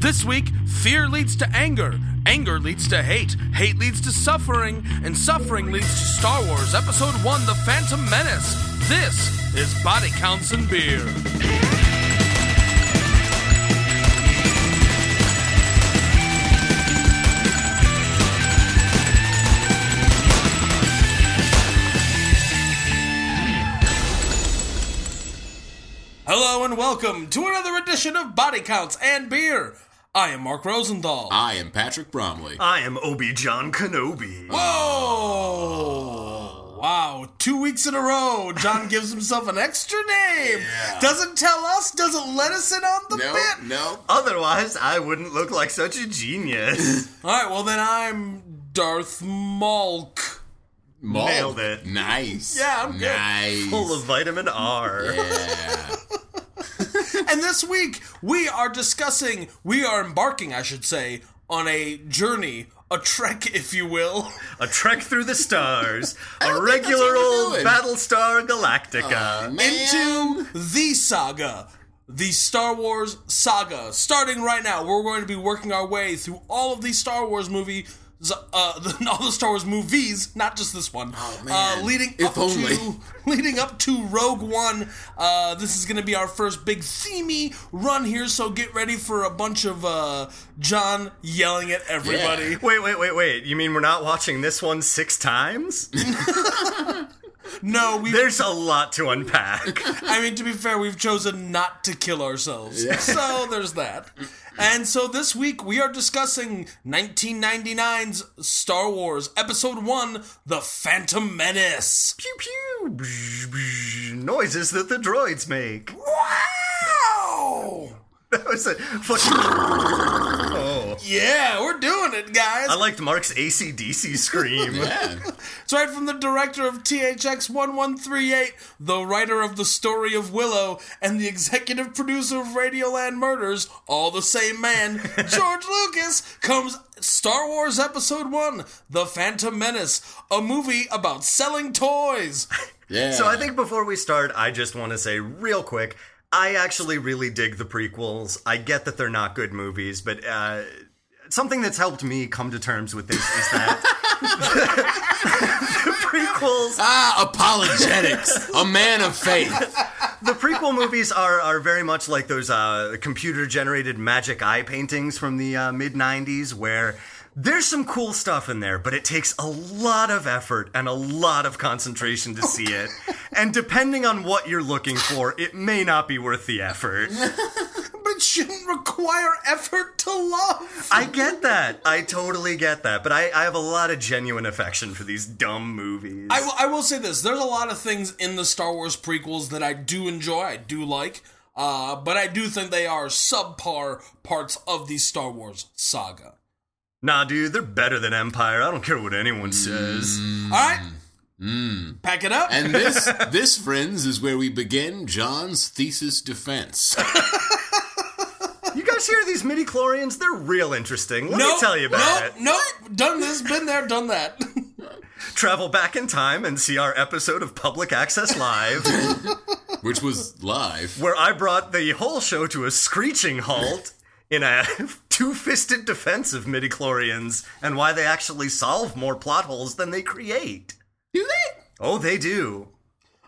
This week, fear leads to anger, anger leads to hate, hate leads to suffering, and suffering leads to Star Wars Episode 1 The Phantom Menace. This is Body Counts and Beer. Hello and welcome to another edition of Body Counts and Beer. I am Mark Rosenthal. I am Patrick Bromley. I am Obi John Kenobi. Whoa! Wow, two weeks in a row, John gives himself an extra name. Yeah. Doesn't tell us, doesn't let us in on the no, bit. no. Otherwise, I wouldn't look like such a genius. All right, well, then I'm Darth Malk. Maul. Nailed it. Nice. Yeah, I'm good. nice. Full of vitamin R. Yeah. And this week, we are discussing, we are embarking, I should say, on a journey, a trek, if you will. A trek through the stars. a don't think that's regular what we're old doing. Battlestar Galactica. Man. into the saga, the Star Wars saga. Starting right now, we're going to be working our way through all of the Star Wars movie, uh, the, all the Star Wars movies, not just this one. Oh man. Uh, leading If up only. to leading up to Rogue One. Uh, this is going to be our first big themey run here, so get ready for a bunch of uh, John yelling at everybody. Yeah. Wait, wait, wait, wait. You mean we're not watching this one six times? No, we. There's a lot to unpack. I mean, to be fair, we've chosen not to kill ourselves. So there's that. And so this week we are discussing 1999's Star Wars Episode 1 The Phantom Menace. pew pew. Bzz, bzz. Noises that the droids make. Wow! That was a fucking. Oh. Yeah, we're doing it, guys. I liked Mark's ACDC scream. Yeah. It's right from the director of THX 1138, the writer of The Story of Willow, and the executive producer of Radioland Murders, all the same man, George Lucas, comes Star Wars Episode 1 The Phantom Menace, a movie about selling toys. yeah. So I think before we start, I just want to say real quick, I actually really dig the prequels. I get that they're not good movies, but uh, something that's helped me come to terms with this is that the prequels, Ah, apologetics. a man of faith. the prequel movies are are very much like those uh, computer generated magic eye paintings from the uh, mid '90s, where. There's some cool stuff in there, but it takes a lot of effort and a lot of concentration to see it. And depending on what you're looking for, it may not be worth the effort. But it shouldn't require effort to love. I get that. I totally get that. But I, I have a lot of genuine affection for these dumb movies. I will, I will say this: there's a lot of things in the Star Wars prequels that I do enjoy, I do like, uh, but I do think they are subpar parts of the Star Wars saga. nah, dude, they're better than Empire. I don't care what anyone says. All right, pack it up. And this, this, friends, is where we begin John's thesis defense. You guys hear these midi chlorians? They're real interesting. Let Nope, me tell you nope, about it. Nope, done this, been there, done that. Travel back in time and see our episode of Public Access Live, Which was live. where I brought the whole show to a screeching halt in a two-fisted defense of midi chlorians and why they actually solve more plot holes than they create. Do they? Oh, they do.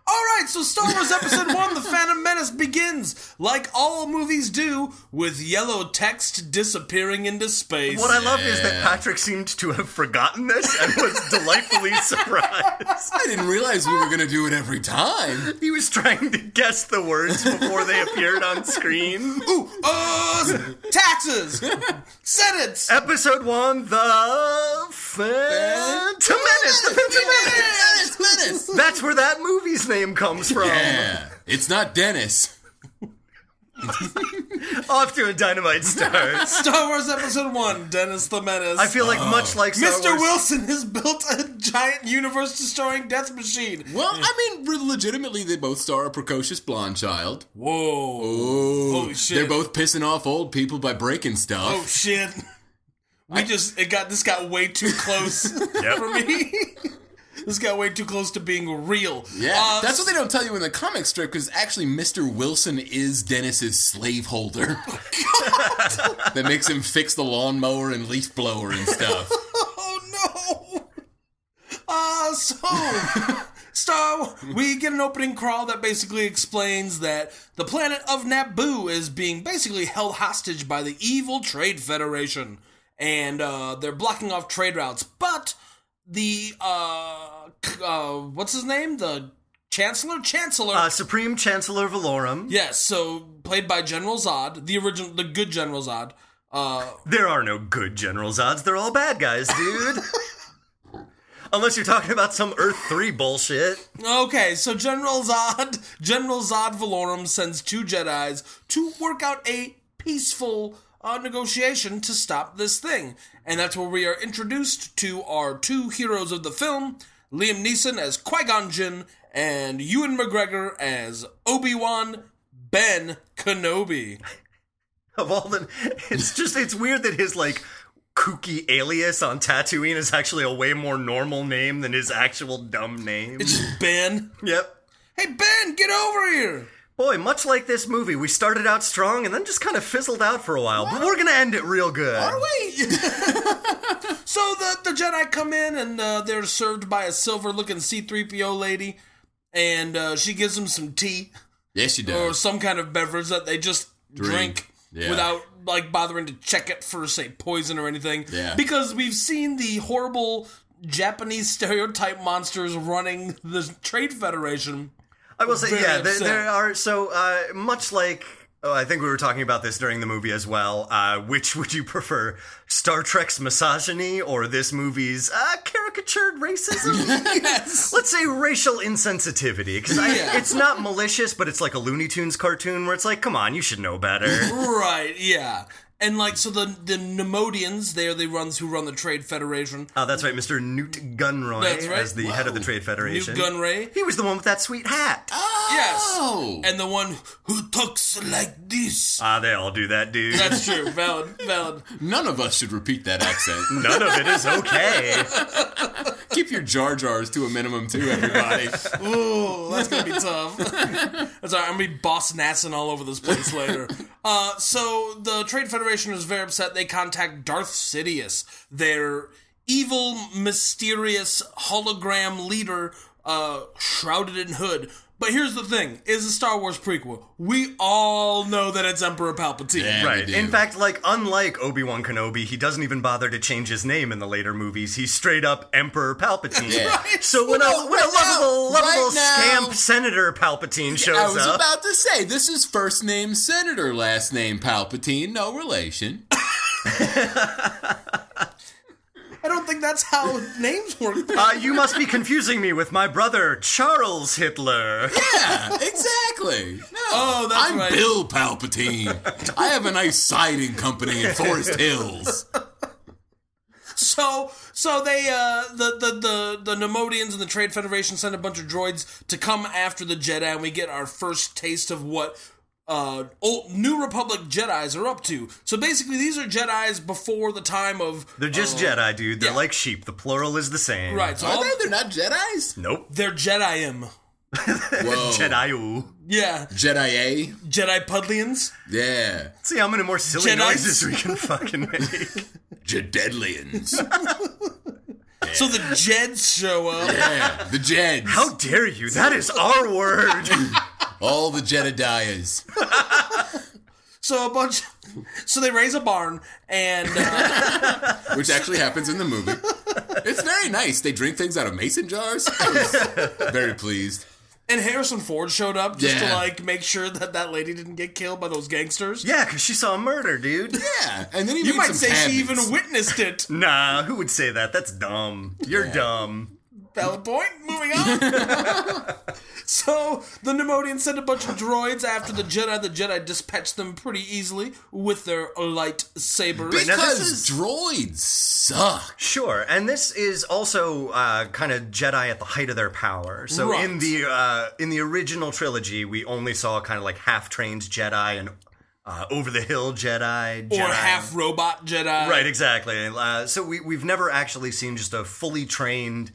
All right, so Star Wars Episode 1 The Phantom Menace begins, like all movies do, with yellow text disappearing into space. What I love is that Patrick seemed to have forgotten this and was delightfully surprised. I didn't realize we were going to do it every time. He was trying to guess the words before they appeared on screen. Ooh, uh, taxes! Senates! Episode one, the Phantom Menace. The Phantom Menace. That's where that movie's name comes from. Yeah. It's not Dennis. Off to a dynamite start. Star Wars Episode 1, Dennis the Menace. I feel like much like Star Mr. Wars- Wilson has built a giant universe destroying death machine. Well, I mean, re- legitimately, they both star a precocious blonde child. Whoa. Oh, Holy shit. They're both pissing off old people by breaking Oh, stuff. shit. We just, it got, this got way too close Yep. for me. This got way too close to being real. Yeah, Uh, that's what they don't tell you in the comic strip because actually, Mr. Wilson is Dennis's slaveholder. Oh, that makes him fix the lawnmower and leaf blower and stuff. Oh no! Uh, so, so we get an opening crawl that basically explains that the planet of Naboo is being basically held hostage by the evil Trade Federation, and uh, they're blocking off trade routes. But the uh, c- uh, what's his name? The Chancellor, Chancellor. Uh, Supreme Chancellor Valorum. yes, so played by General Zod, the original, the good General Zod. Uh, There are no good General Zods. They're all bad guys, dude. Unless you're talking about some Earth 3 bullshit. Okay, so General Zod, General Zod Valorum sends two Jedi's to work out a peaceful uh, negotiation to stop this thing, and that's where we are introduced to our two heroes of the film: Liam Neeson as Qui Gon Jinn and Ewan McGregor as Obi Wan Ben Kenobi. Of all the. It's just, it's weird that his, like, kooky alias on Tatooine is actually a way more normal name than his actual dumb name. It's just Ben. Yep. Hey Ben, get over here! Boy, much like this movie, we started out strong and then just kind of fizzled out for a while, but we're gonna end it real good. Wait. so the the Jedi come in and uh, they're served by a silver looking C three PO lady, and uh, she gives them some tea Yes, she or does. some kind of beverage that they just drink, Drink. Yeah. without like bothering to check it for say poison or anything. Yeah. Because we've seen the horrible Japanese stereotype monsters running the Trade Federation. I will say, Very yeah, there, upset. there are so uh, much like. Oh, I think we were talking about this during the movie as well. Uh, which would you prefer, Star Trek's misogyny or this movie's uh, caricatured racism? yes. Let's say racial insensitivity, because Yeah. it's not malicious, but it's like a Looney Tunes cartoon where it's like, come on, you should know better. Right. Yeah. And like so, the the Nemodians, they're the ones who run the Trade Federation. oh, that's right, Mr. Newt Gunroy That's right. as the head of the Whoa. Trade Newt Federation. Gunray. he was the one with that sweet hat. Oh! And the one who talks like this. Ah, they all do that, dude. That's true. Valid. Valid. None of us should repeat that accent. None of it is okay. Keep your Jar Jars to a minimum, too, everybody. Ooh, that's gonna be tough. that's all right. I'm gonna be boss nassin all over this place later. Uh, so the Trade Federation is very upset. They contact Darth Sidious, their evil, mysterious hologram leader, uh, shrouded in hood. But here's the thing: is a Star Wars prequel. We all know that it's Emperor Palpatine. Yeah. Right. do. In fact, like unlike Obi Wan Kenobi, he doesn't even bother to change his name in the later movies. He's straight up Emperor Palpatine. Yeah. Right. So when a No, when a right now, lovable lovable right now. scamp Senator Palpatine shows I was up, about to say, this is first name Senator, last name Palpatine, no relation. I don't think that's how names work. uh, you must be confusing me with my brother Charles Hitler. Yeah, exactly. No, Oh, that's I'm right. Bill Palpatine. I have a nice siding company in Forest Hills. So, so they, uh, the, the, the, the Nemodians and the Trade Federation send a bunch of droids to come after the Jedi, and we get our first taste of what, uh, old, New Republic Jedis are up to. So basically, these are Jedis before the time of, They're Oh. just Jedi, dude. They're yeah. like sheep. The plural is the same. right, so all, Are they? They're not Jedi's. Nope. they're Jediim. Whoa. Jedi. Yeah, Jedi A. Jedi Pudlians. Yeah. See how many more silly Jedi's- noises we can fucking make. Jededlians. So the Jeds show up. yeah. The Jeds. How dare you? That is our word. All the Jedediahs. So a bunch, so they raise a barn, and, uh, Which actually happens in the movie. It's very nice. They drink things out of mason jars. I was very pleased. and Harrison Ford showed up just to, Yeah. like, make sure that that lady didn't get killed by those gangsters. yeah, because she saw a murder, dude. Yeah. And then he You made might some say she even cabinets. witnessed it. Nah, who would say that? That's dumb. You're Yeah. dumb. Valid point. Moving on. so the Nemodians sent a bunch of droids after the Jedi. The Jedi dispatched them pretty easily with their lightsabers. now this Because is- droids suck. Sure, and this is also uh, kind of Jedi at the height of their power. So Right. in the uh, in the original trilogy, we only saw kind of like half trained Jedi and uh, over the hill Jedi, Or Jedi. half robot Jedi. right, exactly. Uh, so we we've never actually seen just a fully trained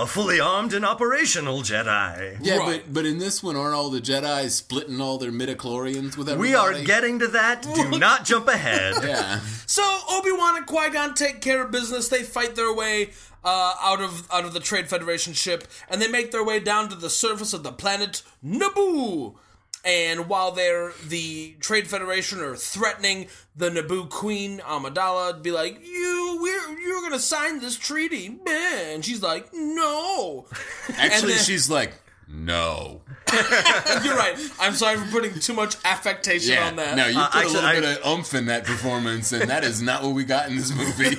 a fully armed and operational Jedi. Yeah, Right. but but in this one, aren't all the Jedi splitting all their midichlorians with everybody? We are getting to that. Do not jump ahead. Yeah. So Obi Wan and Qui Gon take care of business. They fight their way uh, out of out of the Trade Federation ship, and they make their way down to the surface of the planet Naboo. And while they're the Trade Federation are threatening the Naboo Queen Amidala, to be like, "You, we're you're gonna sign this treaty," Meh. and she's like, "No." Actually, then- she's like, no. you're right. I'm sorry for putting too much affectation Yeah. on that. No, you put actually, a little I- bit of umph in that performance, and that is not what we got in this movie.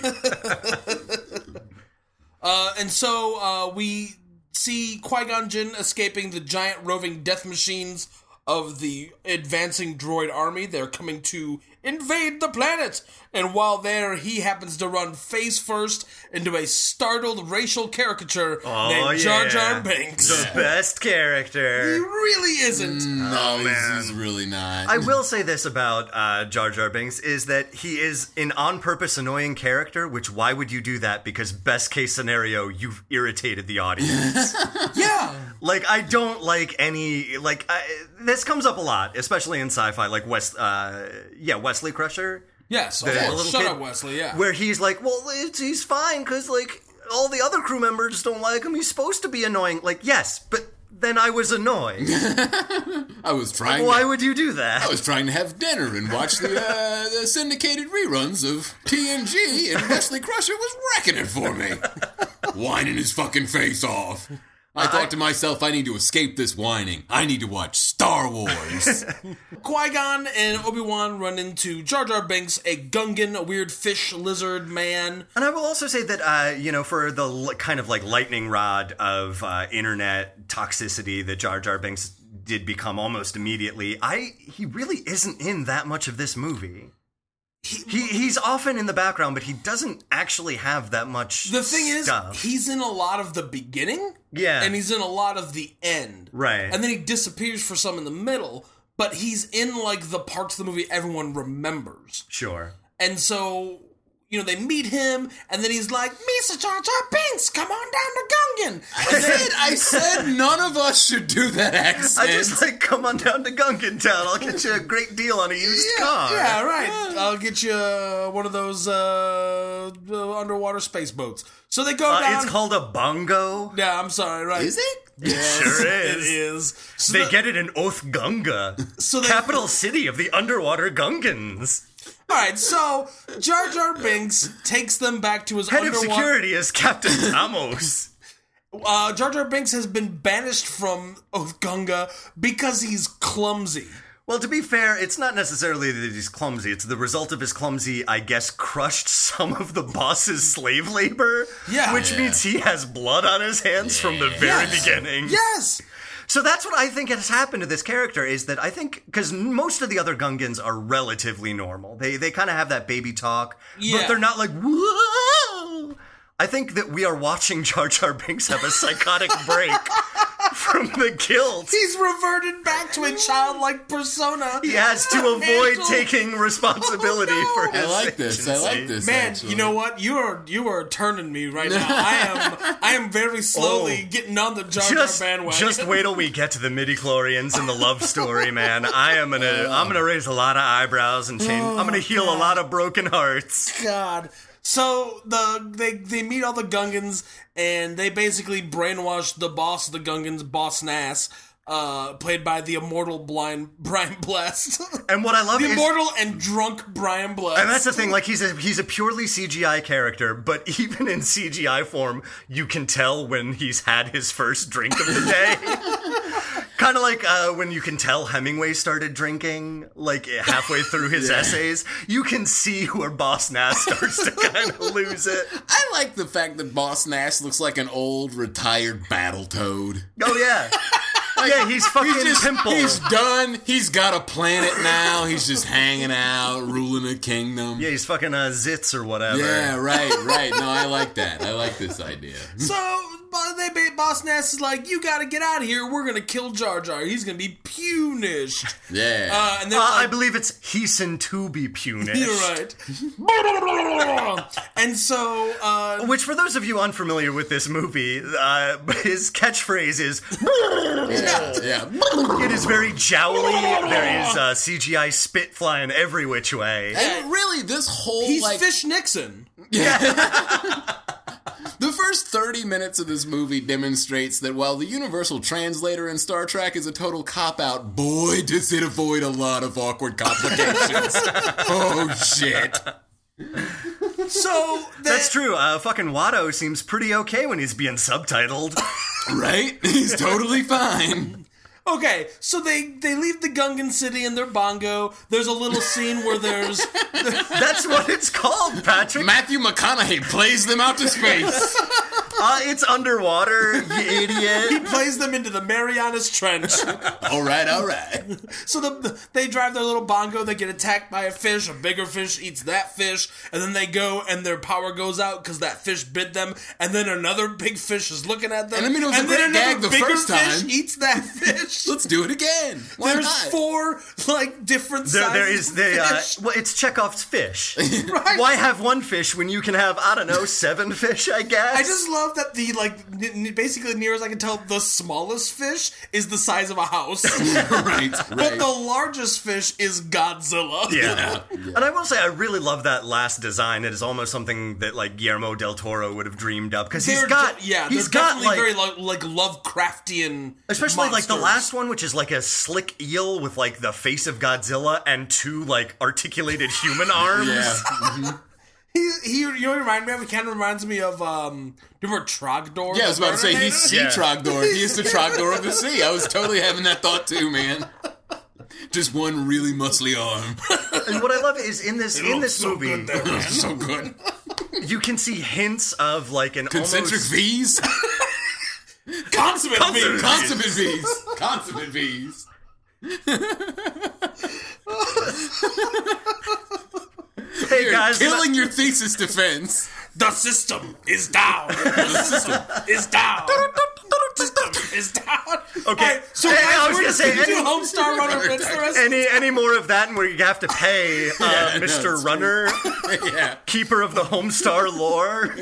Uh, and so uh, we see Qui Gon Jinn escaping the giant roving death machines of the advancing droid army. They're coming to invade the planet. And while there, he happens to run face first into a startled racial caricature named Jar Jar yeah. Binks. The Mm. best character. He really isn't. no, he's, he's really not. Oh, I will say this about uh, Jar Jar Binks is that he is an on purpose annoying character. Which why would you do that? Because best case scenario, you've irritated the audience. Yeah. like I don't like any like I, this comes up a lot, especially in sci-fi. Like West, uh, yeah, Wesley Crusher, Yes. Of The course. little Shut kid- up, Wesley. Yeah. where he's like, well, it's, he's fine because like all the other crew members don't like him. He's supposed to be annoying. Like yes, but then I was annoyed. I was trying. why to, would you do that? I was trying to have dinner and watch the, uh, the syndicated reruns of TNG, and Wesley Crusher was wrecking it for me, whining his fucking face off. I thought to myself, I need to escape this whining. I need to watch Star Wars. Qui Gon and Obi Wan run into Jar Jar Binks, a Gungan, a weird fish lizard man. And I will also say that, uh, you know, for the l- kind of like lightning rod of uh, internet toxicity that Jar Jar Binks did become almost immediately, I he really isn't in that much of this movie. He he's often in the background, but he doesn't actually have that much. The thing stuff. is, he's in a lot of the beginning. Yeah. And he's in a lot of the end. Right. And then he disappears for some in the middle, but he's in like the parts of the movie everyone remembers. sure. And so, you know, they meet him, and then he's like, Misa Jar Jar Binks, come on down to Gungan. I said, I said none of us should do that I accent. just like come on down to Gunkin Town. I'll get you a great deal on a used car. Yeah, right. I'll get you uh, one of those uh, uh, underwater space boats. So they go Uh, down. it's called a bongo. yeah, I'm sorry, right. Is it? Sure It is. is. So They the- get it in Oath Gunga, So they- capital city of the underwater Gungans. All right, so Jar Jar Binks takes them back to his Head of underwater. security is Captain Amos. Uh, Jar Jar Binks has been banished from Oath Gunga because he's clumsy. well, to be fair, it's not necessarily that he's clumsy. It's the result of his clumsy, I guess, crushed some of the boss's slave labor. Yeah. Which Yeah. means he has blood on his hands from the very Yes. beginning. Yes, So that's what I think has happened to this character is that I think because most of the other Gungans are relatively normal. They they kind of have that baby talk, Yeah. but they're not like whoa. I think that we are watching Jar Jar Binks have a psychotic break from the guilt. he's reverted back to a childlike persona. He has to Mental- avoid taking responsibility Oh, no. for his I like this. I like this. Man, actually. you know what? You are you are turning me right now. I am I am very slowly Oh. getting on the Jar Jar Just, bandwagon. just wait till we get to the midi chlorians and the love story, man. I am gonna, I'm Oh. gonna raise a lot of eyebrows Oh, and change. I'm gonna heal a lot of broken hearts. God. So the they they meet all the Gungans and they basically brainwash the boss of the Gungans, Boss Nass, uh, played by the immortal blind Brian Blessed. And what I love the is, immortal and drunk Brian Blessed. and that's the thing. Like he's a he's a purely CGI character, but even in CGI form, you can tell when he's had his first drink of the day. kind of like uh, when you can tell Hemingway started drinking, like halfway through his essays, you can see where Boss Nass starts to kind of lose it. I like the fact that Boss Nass looks like an old retired battle toad. Oh yeah, yeah, he's fucking pimple. He's done. He's got a planet now. He's just hanging out, ruling a kingdom. yeah, he's fucking uh, zits or whatever. Yeah, right, right. No, I like that. I like this idea. so uh, Bo- they ba- Boss Nass is like, you gotta get out of here. We're gonna kill Jar Jar. He's gonna be punished. Yeah. Uh, and Uh, they're I like, believe it's Heason to be punished. you're right. and so, uh, Which, for those of you unfamiliar with this movie, uh, his catchphrase is yeah. yeah. it is very jowly. There is uh, CGI spit flying every which way. And really, this whole he's like Fish Nixon. the first thirty minutes of this movie demonstrates that while the universal translator in Star Trek is a total cop out, boy does it avoid a lot of awkward complications. oh shit! So they- That's true. Uh, fucking Watto seems pretty okay when he's being subtitled. Right? He's totally fine. Okay, so they they leave the Gungan city in their bongo. There's a little scene where there's That's what it's called, Patrick. Matthew McConaughey plays them out to space. Uh, it's underwater, you idiot. plays them into the Marianas Trench. all right, all right. So the, they drive their little bongo. They get attacked by a fish. A bigger fish eats that fish, and then they go and their power goes out because that fish bit them. And then another big fish is looking at them. And I mean, it was a great gag the bigger first fish time. eats that fish. Let's do it again. Why There's not? four like different There, sizes. there is the of uh, fish. well, it's Chekhov's fish. Right. Why have one fish when you can have I don't know seven fish? I guess. I just love that the like n- n- basically near as I can tell, the smallest fish is the size of a house, right, but right. the largest fish is Godzilla. Yeah. And I will say, I really love that last design. It is almost something that like Guillermo del Toro would have dreamed up because he's They're got de- yeah, he's they're got definitely like very lo- like Lovecraftian, especially like the monsters. last one, which is like a slick eel with like the face of Godzilla and two like articulated human arms. yeah. He, he, you know, what he remind me of. He kind of reminds me of um, do you remember Trogdor? Yeah, I was about to say he's sea Yeah. trogdor. He is the trogdor of the sea. I was totally having that thought too, man. Just one really muscly arm. And what I love is in this in this movie, so good. you can see hints of like an Concentric almost V's. consummate being- Consummate V's. Consummate V's. hey You're guys, let- killing your thesis defense. The system is down. The system is down. system is down. Okay. Alright, so Hey, guys, I we're was gonna just say, gonna do any- Homestar Runner Blitz the rest. any any more of that, and where you have to pay uh, no, Mr. it's Runner, yeah. keeper of the Homestar lore.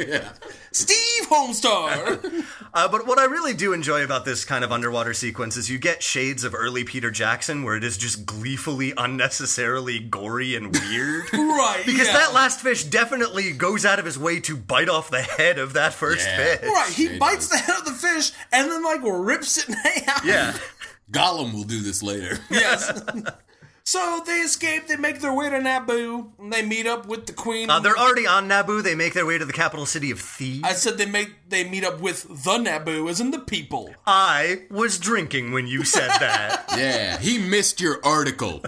Steve Homestar. Uh, but what I really do enjoy about this kind of underwater sequence is you get shades of early Peter Jackson, where it is just gleefully, unnecessarily gory and weird. right. Because yeah. that last fish definitely goes out of his way to bite off the head of that first Yeah. fish. Right, he Shit. bites the head of the fish and then like rips it in half. Yeah. Gollum will do this later. Yes. so they escape. They make their way to Naboo. And they meet up with the queen. Uh, they're already on Naboo. They make their way to the capital city of Thebes. I said they make they meet up with the Naboo, as in the people. I was drinking when you said that. Yeah. He missed your article.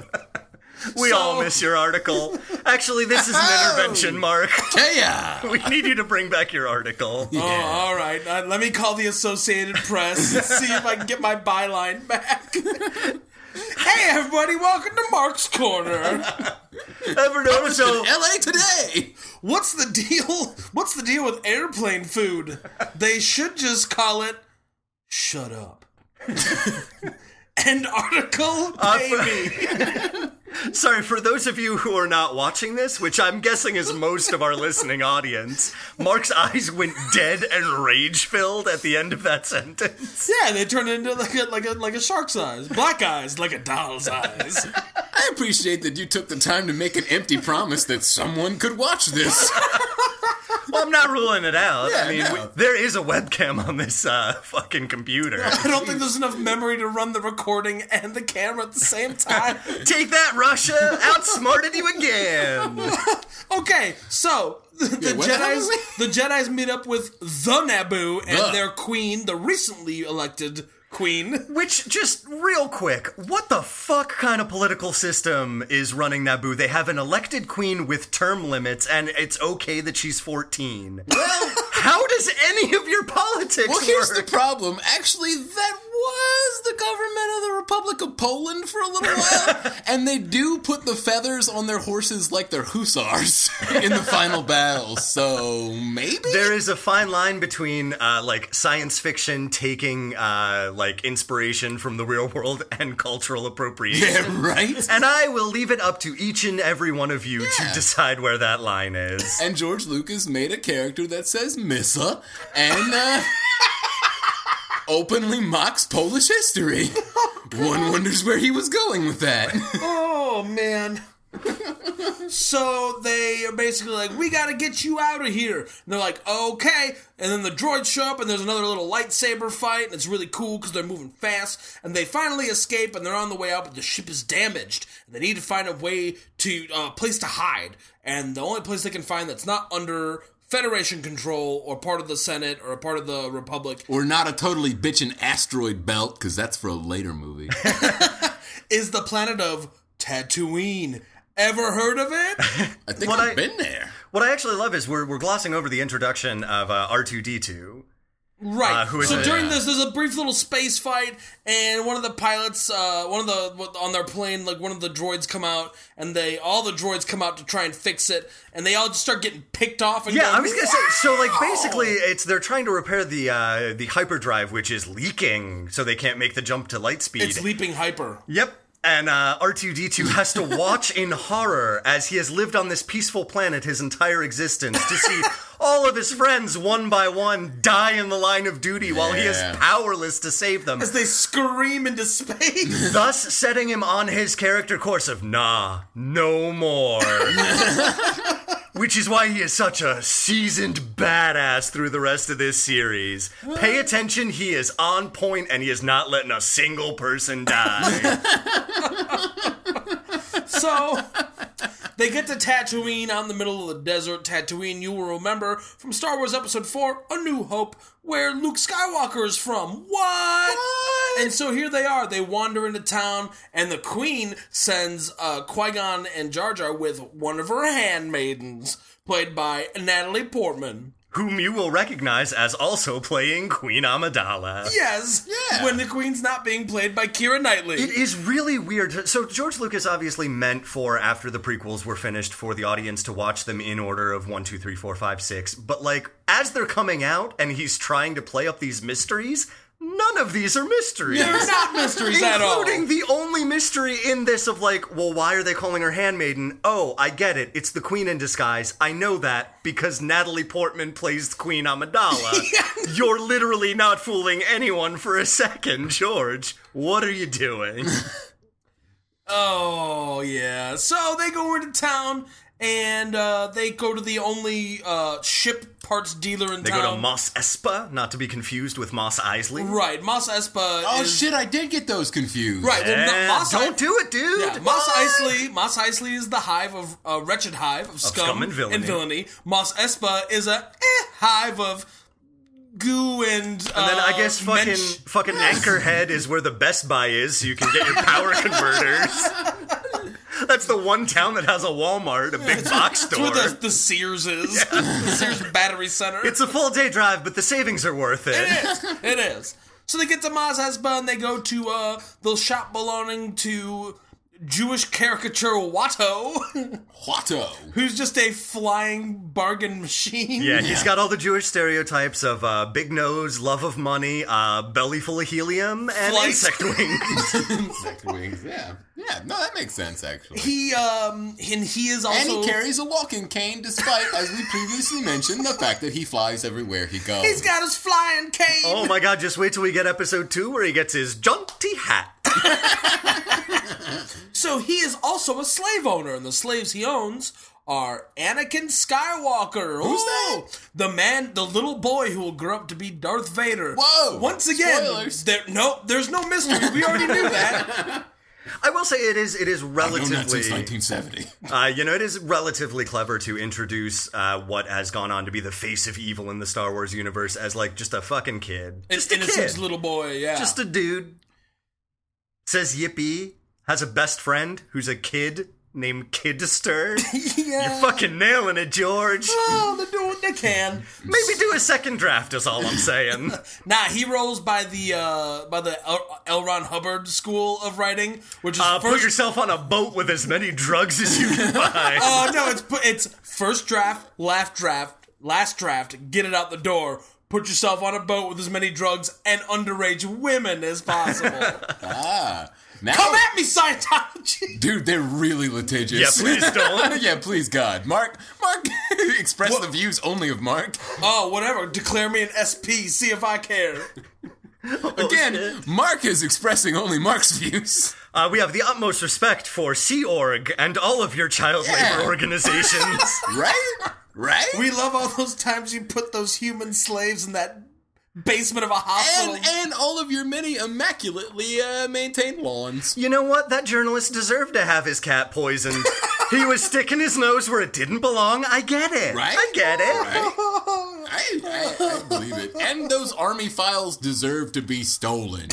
We So- Oh. all miss your article. Actually, this is an intervention, Mark. Hey, We need you to bring back your article. Oh, all right. Uh, let me call the Associated Press and see if I can get my byline back. hey, everybody, welcome to Mark's Corner. Ever notice how LA today. What's the deal? What's the deal with airplane food? They should just call it "Shut Up." End article, Uh, baby. Sorry, for those of you who are not watching this, which I'm guessing is most of our listening audience, Mark's eyes went dead and rage filled at the end of that sentence. yeah, they turn into like a, like a like a shark's eyes, black eyes, like a doll's eyes. I appreciate that you took the time to make an empty promise that someone could watch this. Well, I'm not ruling it out. I Yeah, mean, no. we- there is a webcam on this uh, fucking computer. I don't think there's enough memory to run the recording and the camera at the same time. Take that, Russia! Outsmarted you again! Okay, so the what Jedi's happened? the Jedi's meet up with the Naboo and The. their queen, the recently elected queen. Which, just real quick, what the fuck kind of political system is running Naboo? They have an elected queen with term limits, and it's okay that she's 14. well, How does any of your politics Well, work? here's the problem. Actually, that was the government of the Republic of Poland for a little while, and they do put the feathers on their horses like they're hussars in the final battle. So maybe There is a fine line between uh, like science fiction taking uh, like inspiration from the real world and cultural appropriation. yeah, right. And I will leave it up to each and every one of you Yeah. to decide where that line is. And George Lucas made a character that says Missa and uh, openly mocks Polish history. Oh, One wonders where he was going with that. Oh man. so they are basically like, "We got to get you out of here." And they're like, "Okay." And then the droids show up, and there's another little lightsaber fight, and it's really cool because they're moving fast. And they finally escape, and they're on the way out, but the ship is damaged, and they need to find a way to a place to hide. And the only place they can find that's not under Federation control or part of the Senate or a part of the Republic or not a totally bitchin' asteroid belt, because that's for a later movie. is the planet of Tatooine. Ever heard of it? I think What I've I- been there. What I actually love is we're, we're glossing over the introduction of uh, R2D2. Right. Uh, who is so it? during Yeah. this, there's a brief little space fight, and one of the pilots, uh, one of the on their plane, like one of the droids come out, and they all the droids come out to try and fix it, and they all just start getting picked off. And Yeah, going, I was gonna say. So, like, basically, it's they're trying to repair the uh, the hyperdrive, which is leaking, so they can't make the jump to light speed. it's leaping hyper. Yep. And uh, R2D2 has to watch in horror as he has lived on this peaceful planet his entire existence to see all of his friends one by one die in the line of duty while he is Yeah. powerless to save them. As they scream into space. Thus, setting him on his character course of nah, no more. Which is why he is such a seasoned badass through the rest of this series. Pay attention, he is on point and he is not letting a single person die. so they get to Tatooine on the middle of the desert. Tatooine, you will remember from Star Wars Episode 4 A New Hope, where Luke Skywalker is from. What? And so here they are. They wander into town, and the Queen sends uh, Qui Gon and Jar Jar with one of her handmaidens, played by Natalie Portman. whom you will recognize as also playing Queen Amidala. Yes. Yeah. When the Queen's not being played by Kira Knightley. It is really weird. So George Lucas obviously meant for after the prequels were finished for the audience to watch them in order of one, two, three, four, five, six. But like as they're coming out and he's trying to play up these mysteries, none of these are mysteries. They're not mysteries at all. Including the only mystery in this of like, well, why are they calling her handmaiden? Oh, I get it. It's the queen in disguise. I know that because Natalie Portman plays Queen Amidala. You're literally not fooling anyone for a second, George. What are you doing? Oh yeah. So they go into town and uh, they go to the only uh, ship parts dealer in they town. go to Moss Espa, not to be confused with Moss Isley. right, Mos Espa. Oh is, shit, I did get those confused. Right, they're Yeah, not, Mos Eh, don't do it, dude. Yeah, Mos What? Eisley. Mos Eisley is the hive of uh, wretched hive of scum, scum and villainy. Mos Espa is a eh, hive of goo and. uh, And then I Um, guess fucking fucking Anchorhead is where the Best Buy is, so you can get your power converters. That's the one town that has a Walmart, a big box store. where the, the Sears is. the Sears Battery Center. It's a full day drive, but the savings are worth it. It is. It is. So they get to Maz Hesba and they go to uh, the shop belonging to Jewish caricature Watto, Huato. who's just a flying bargain machine. Yeah, he's got all the Jewish stereotypes of uh, big nose, love of money, uh, belly full of helium, and Flight. insect wings. Insect wings, yeah. Yeah, no, that makes sense, actually. He um and he is and also he carries a walking cane despite, as we previously mentioned, the fact that he flies everywhere he goes. he's got his flying cane. oh my god, just wait till we get episode two where he gets his jaunty hat. So he is also a slave owner, and the slaves he owns are Anakin Skywalker. Who's Ooh, The man, the little boy who will grow up to be Darth Vader. Whoa, Once again, spoilers. there, no, there's no mystery. We already knew that. I will say it is it is Known relatively that since 1970. Uh, you know, it is relatively clever to introduce uh, what has gone on to be the face of evil in the Star Wars universe as like just a fucking kid, just a Innocent's kid, little boy, yeah. just a dude. Says yippee, has a best friend who's a kid named Kidster. yeah. You're fucking nailing it, George. Oh, they're doing, they they can. Maybe do a second draft is all I'm saying. Nah, he rolls by the uh, by the El-, El Ron Hubbard school of writing, which is Uh, put first. yourself on a boat with as many drugs as you can buy. Oh no, it's pu- it's first draft, last draft, last draft. Get it out the door. Put yourself on a boat with as many drugs and underage women as possible. Ah. Now, Come at me, Scientology. Dude, they're really litigious. Yeah, please don't. yeah, please, God. Mark, Mark, express the views only of Mark. Oh, whatever. Declare me an SP. See if I care. Oh, Again, Mark is expressing only Mark's views. Uh, we have the utmost respect for Sea Org and all of your child labor Yeah. organizations. Right? Right? We love all those times you put those human slaves in that basement of a hospital. and, and all of your many immaculately uh, maintained lawns. you know what? That journalist deserved to have his cat poisoned. he was sticking his nose where it didn't belong. I get it. Right? I get it. Right? I, I, I believe it. And those army files deserve to be stolen.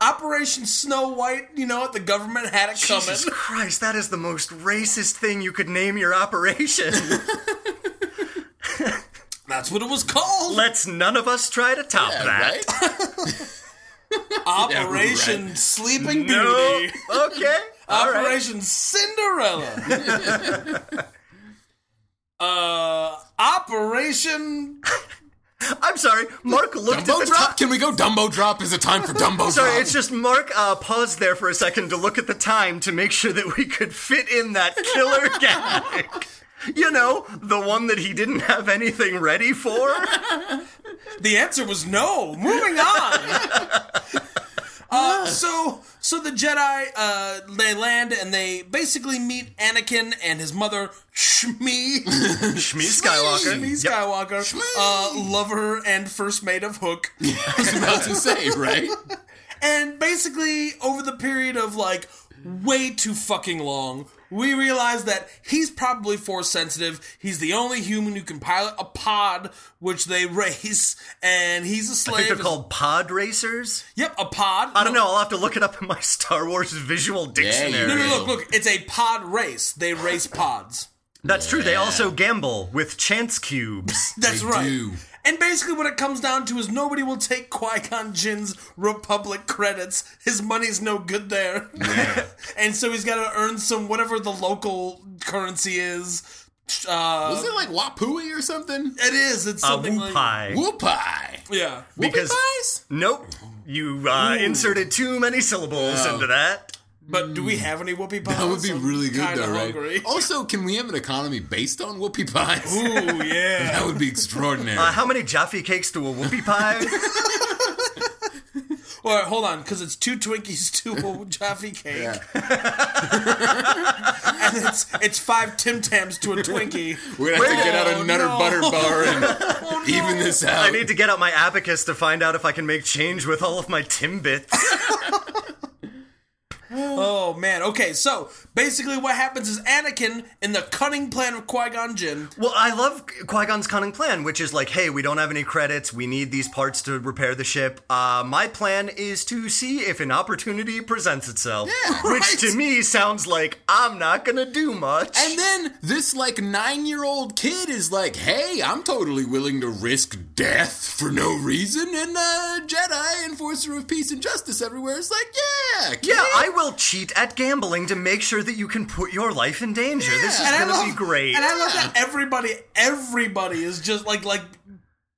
Operation Snow White, you know what? The government had it coming. Jesus Christ, that is the most racist thing you could name your operation. That's what it was called. Let's none of us try to top Yeah, that. right? Operation Sleeping No. Beauty. Okay. All right. Operation Cinderella. uh, Operation. I'm sorry. Mark looked at Dumbo the drop? top. Can we go Dumbo drop? Is it time for Dumbo Sorry, drop? it's just Mark uh, paused there for a second to look at the time to make sure that we could fit in that killer gag. You know, the one that he didn't have anything ready for. The answer was no. Moving on. Uh, so, so the Jedi uh, they land and they basically meet Anakin and his mother Shmi Shmi Skywalker. Shmi Yep. Skywalker, uh, lover and first mate of Hook. I was about to say, right? And basically, over the period of like way too fucking long, we realize that he's probably force sensitive. He's the only human who can pilot a pod, which they race, and he's a I think slave. they're called pod racers. yep, a pod. I don't know. I'll have to look it up in my Star Wars visual dictionary. No, no, look, look. It's a pod race. They race pods. That's true. They also gamble with chance cubes. That's They right. do. And basically, what it comes down to is nobody will take Qui Gon Jinn's Republic credits. His money's no good there. and so he's got to earn some whatever the local currency is. Uh, Is it like Wapui or something? it is. It's A something whoopie. like Whoopie. yeah. Because- Whoopie pies? Nope. You uh, inserted too many syllables into that. But do we have any whoopie pies? That would be I'm really good, kinda though, right? Oh, hungry. Also, can we have an economy based on whoopie pies? Ooh, yeah. That would be extraordinary. Uh, how many Jaffe cakes to a whoopie pie? All right, hold on, because it's two Twinkies, two Jaffe cake, Yeah. and it's it's five Tim Tams to a Twinkie. We're gonna have to Wait, get out oh, another no. Oh, butter bar and even this out. I need to get out my abacus to find out if I can make change with all of my Timbits. Oh man. Okay, so basically, what happens is Anakin, in the cunning plan of Qui Gon Jinn, well, I love Qui Gon's cunning plan, which is like, hey, we don't have any credits. We need these parts to repair the ship. Uh, my plan is to see if an opportunity presents itself. Which to me sounds like I'm not going to do much. And then this like nine year old kid is like, "Hey, I'm totally willing to risk death for no reason." And uh, Jedi, enforcer of peace and justice everywhere, is like, "Yeah, kid." yeah, I will cheat at gambling to make sure that you can put your life in danger. This is and I going to love be great. and I love that everybody, everybody is just like like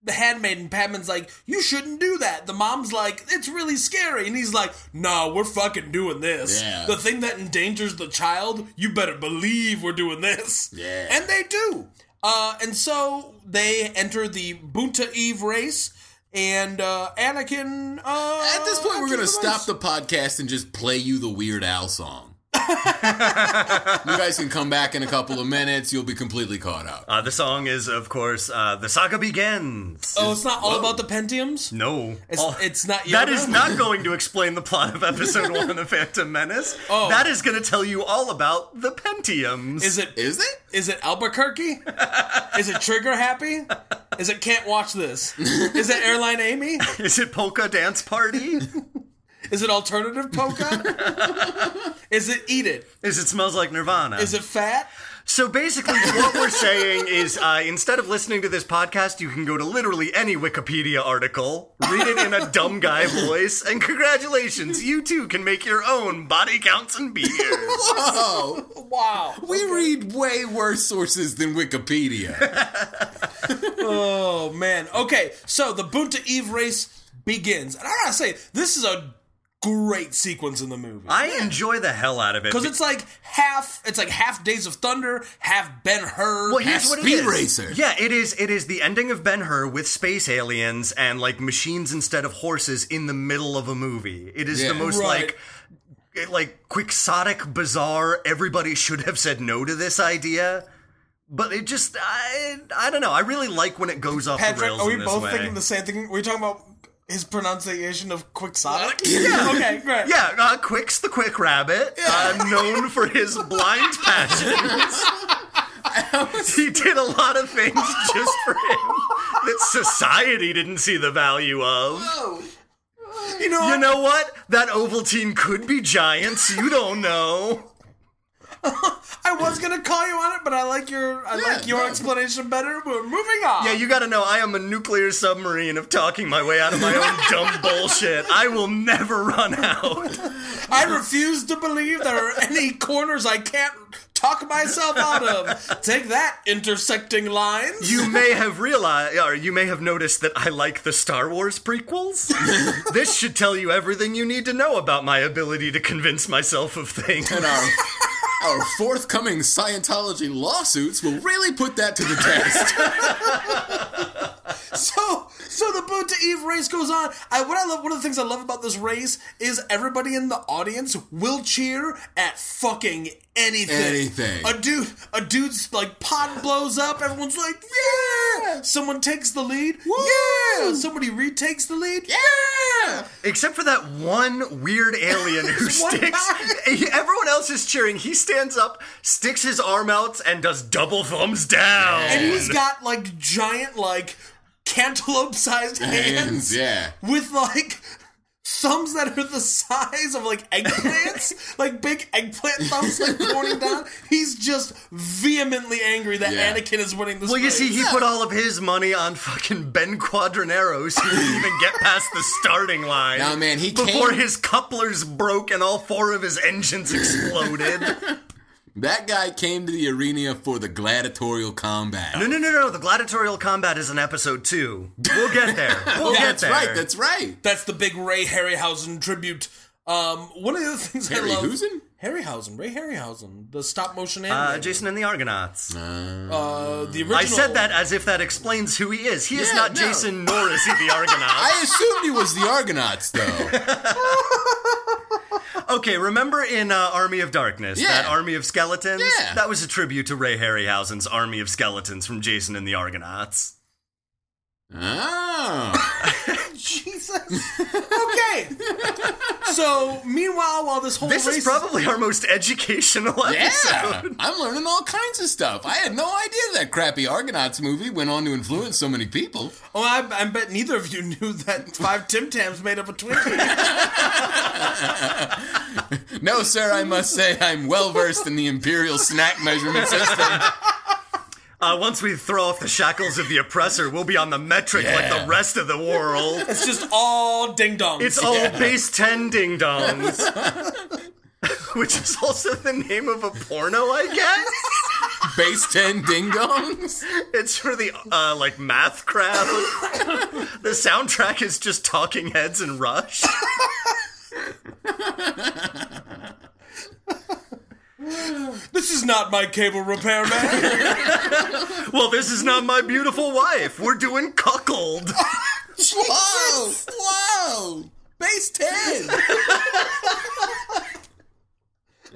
the handmaiden. Padman's like, you shouldn't do that. The mom's like, it's really scary, and he's like, no, we're fucking doing this. Yeah. The thing that endangers the child, you better believe we're doing this. Yeah. and they do. Uh, and so they enter the Bunta Eve race. And uh, Anakin. Uh, At this point, we're enters gonna the race. stop the podcast and just play you the Weird Al song. you guys can come back in a couple of minutes. You'll be completely caught up. Uh, the song is, of course, uh, "The Saga Begins." Oh, it's not all Whoa. about the Pentiums? No, It's, Oh, it's not that Yoda? is not going to explain the plot of Episode One of the Phantom Menace. Oh. That is going to tell you all about the Pentiums. Is it Is it? is it Albuquerque? is it Trigger Happy? Is it Can't Watch This? Is it Airline Amy? Is it Polka Dance Party? Is it Alternative Polka? is it Eat It? is it Smells Like Nirvana? Is it Fat? So basically, what we're saying is uh, instead of listening to this podcast, you can go to literally any Wikipedia article, read it in a dumb guy voice, and congratulations, you too can make your own body counts and beers. Oh, Wow. we read way worse sources than Wikipedia. Oh man. Okay, so the Bunta Eve race begins, and I gotta say, this is a great sequence in the movie. I enjoy the hell out of it. because it's like half, it's like half Days of Thunder, half Ben Hur. Well, here's Half what it Speed is. Racer. Yeah, it is. It is the ending of Ben Hur with space aliens and like machines instead of horses in the middle of a movie. It is Yeah. the most Right. like it, like quixotic, bizarre. Everybody should have said no to this idea. But it just, I, I don't know. I really like when it goes off the Patrick, rails are we in this both way. thinking the same thing? We're talking about his pronunciation of quixotic. Yeah. okay, great. yeah, uh, Quick's the Quick Rabbit, uh, known for his blind passions. he did a lot of things just for him that society didn't see the value of. You know, You what? know what? That Ovaltine could be giants. You don't know. I was gonna call you on it, but I like your I like your no. explanation better. We're moving on. Yeah, you gotta know I am a nuclear submarine of talking my way out of my own dumb bullshit. I will never run out. I refuse to believe there are any corners I can't talk myself out of. Take that, intersecting lines. You may have realized, or you may have noticed that I like the Star Wars prequels. this should tell you everything you need to know about my ability to convince myself of things. and our, our forthcoming Scientology lawsuits will really put that to the test. So, so the boat to Eve race goes on. I what I love, one of the things I love about this race is everybody in the audience will cheer at fucking anything. Anything. A dude, a dude's like pot blows up. Everyone's like, yeah. Someone takes the lead. Yeah. Somebody retakes the lead. Yeah. yeah! Except for that one weird alien who One sticks. he- everyone else is cheering. He stands up, sticks his arm out, and does double thumbs down. And he's got like giant, like cantaloupe-sized hands. Hands, yeah. with like thumbs that are the size of like eggplants, like big eggplant thumbs, like pointing down. He's just vehemently angry that Yeah. Anakin is winning this. well, you race. see, he put all of his money on fucking Ben Quadraneros, who didn't even get past the starting line. Nah, man, he before came- his couplers broke and all four of his engines exploded. That guy came to the arena for the gladiatorial combat. no, no, no, no. The gladiatorial combat is in episode two. We'll get there. We'll Yeah, get that's there. right, that's right. that's the big Ray Harryhausen tribute. Um, one of the other things Harry I love. Housen? Harryhausen, Ray Harryhausen, the stop motion uh, animator. Jason and the Argonauts. Uh, the original. I said that as if that explains who he is. He is Yeah, not no. Jason, nor is he the Argonaut. I assumed he was the Argonauts, though. okay, remember in uh, Army of Darkness, Yeah. that Army of Skeletons? Yeah. That was a tribute to Ray Harryhausen's Army of Skeletons from Jason and the Argonauts. Oh. Jesus. Okay. so meanwhile, while this whole This race is probably our most educational Yeah. episode. I'm learning all kinds of stuff. I had no idea that crappy Argonauts movie went on to influence so many people. Oh, I, I bet neither of you knew that five Tim Tams made up a Twinkie. No, sir, I must say I'm well versed in the Imperial snack measurement system. Uh, once we throw off the shackles of the oppressor, we'll be on the metric like Yeah. the rest of the world. it's just all ding dongs. It's all base 10 ding dongs. Which is also the name of a porno, I guess. Base 10 ding dongs? It's for the uh, like math crowd. the soundtrack is just Talking Heads and Rush. this is not my cable repair man. Well, this is not my beautiful wife. We're doing cuckold. Whoa! Whoa! Base 10!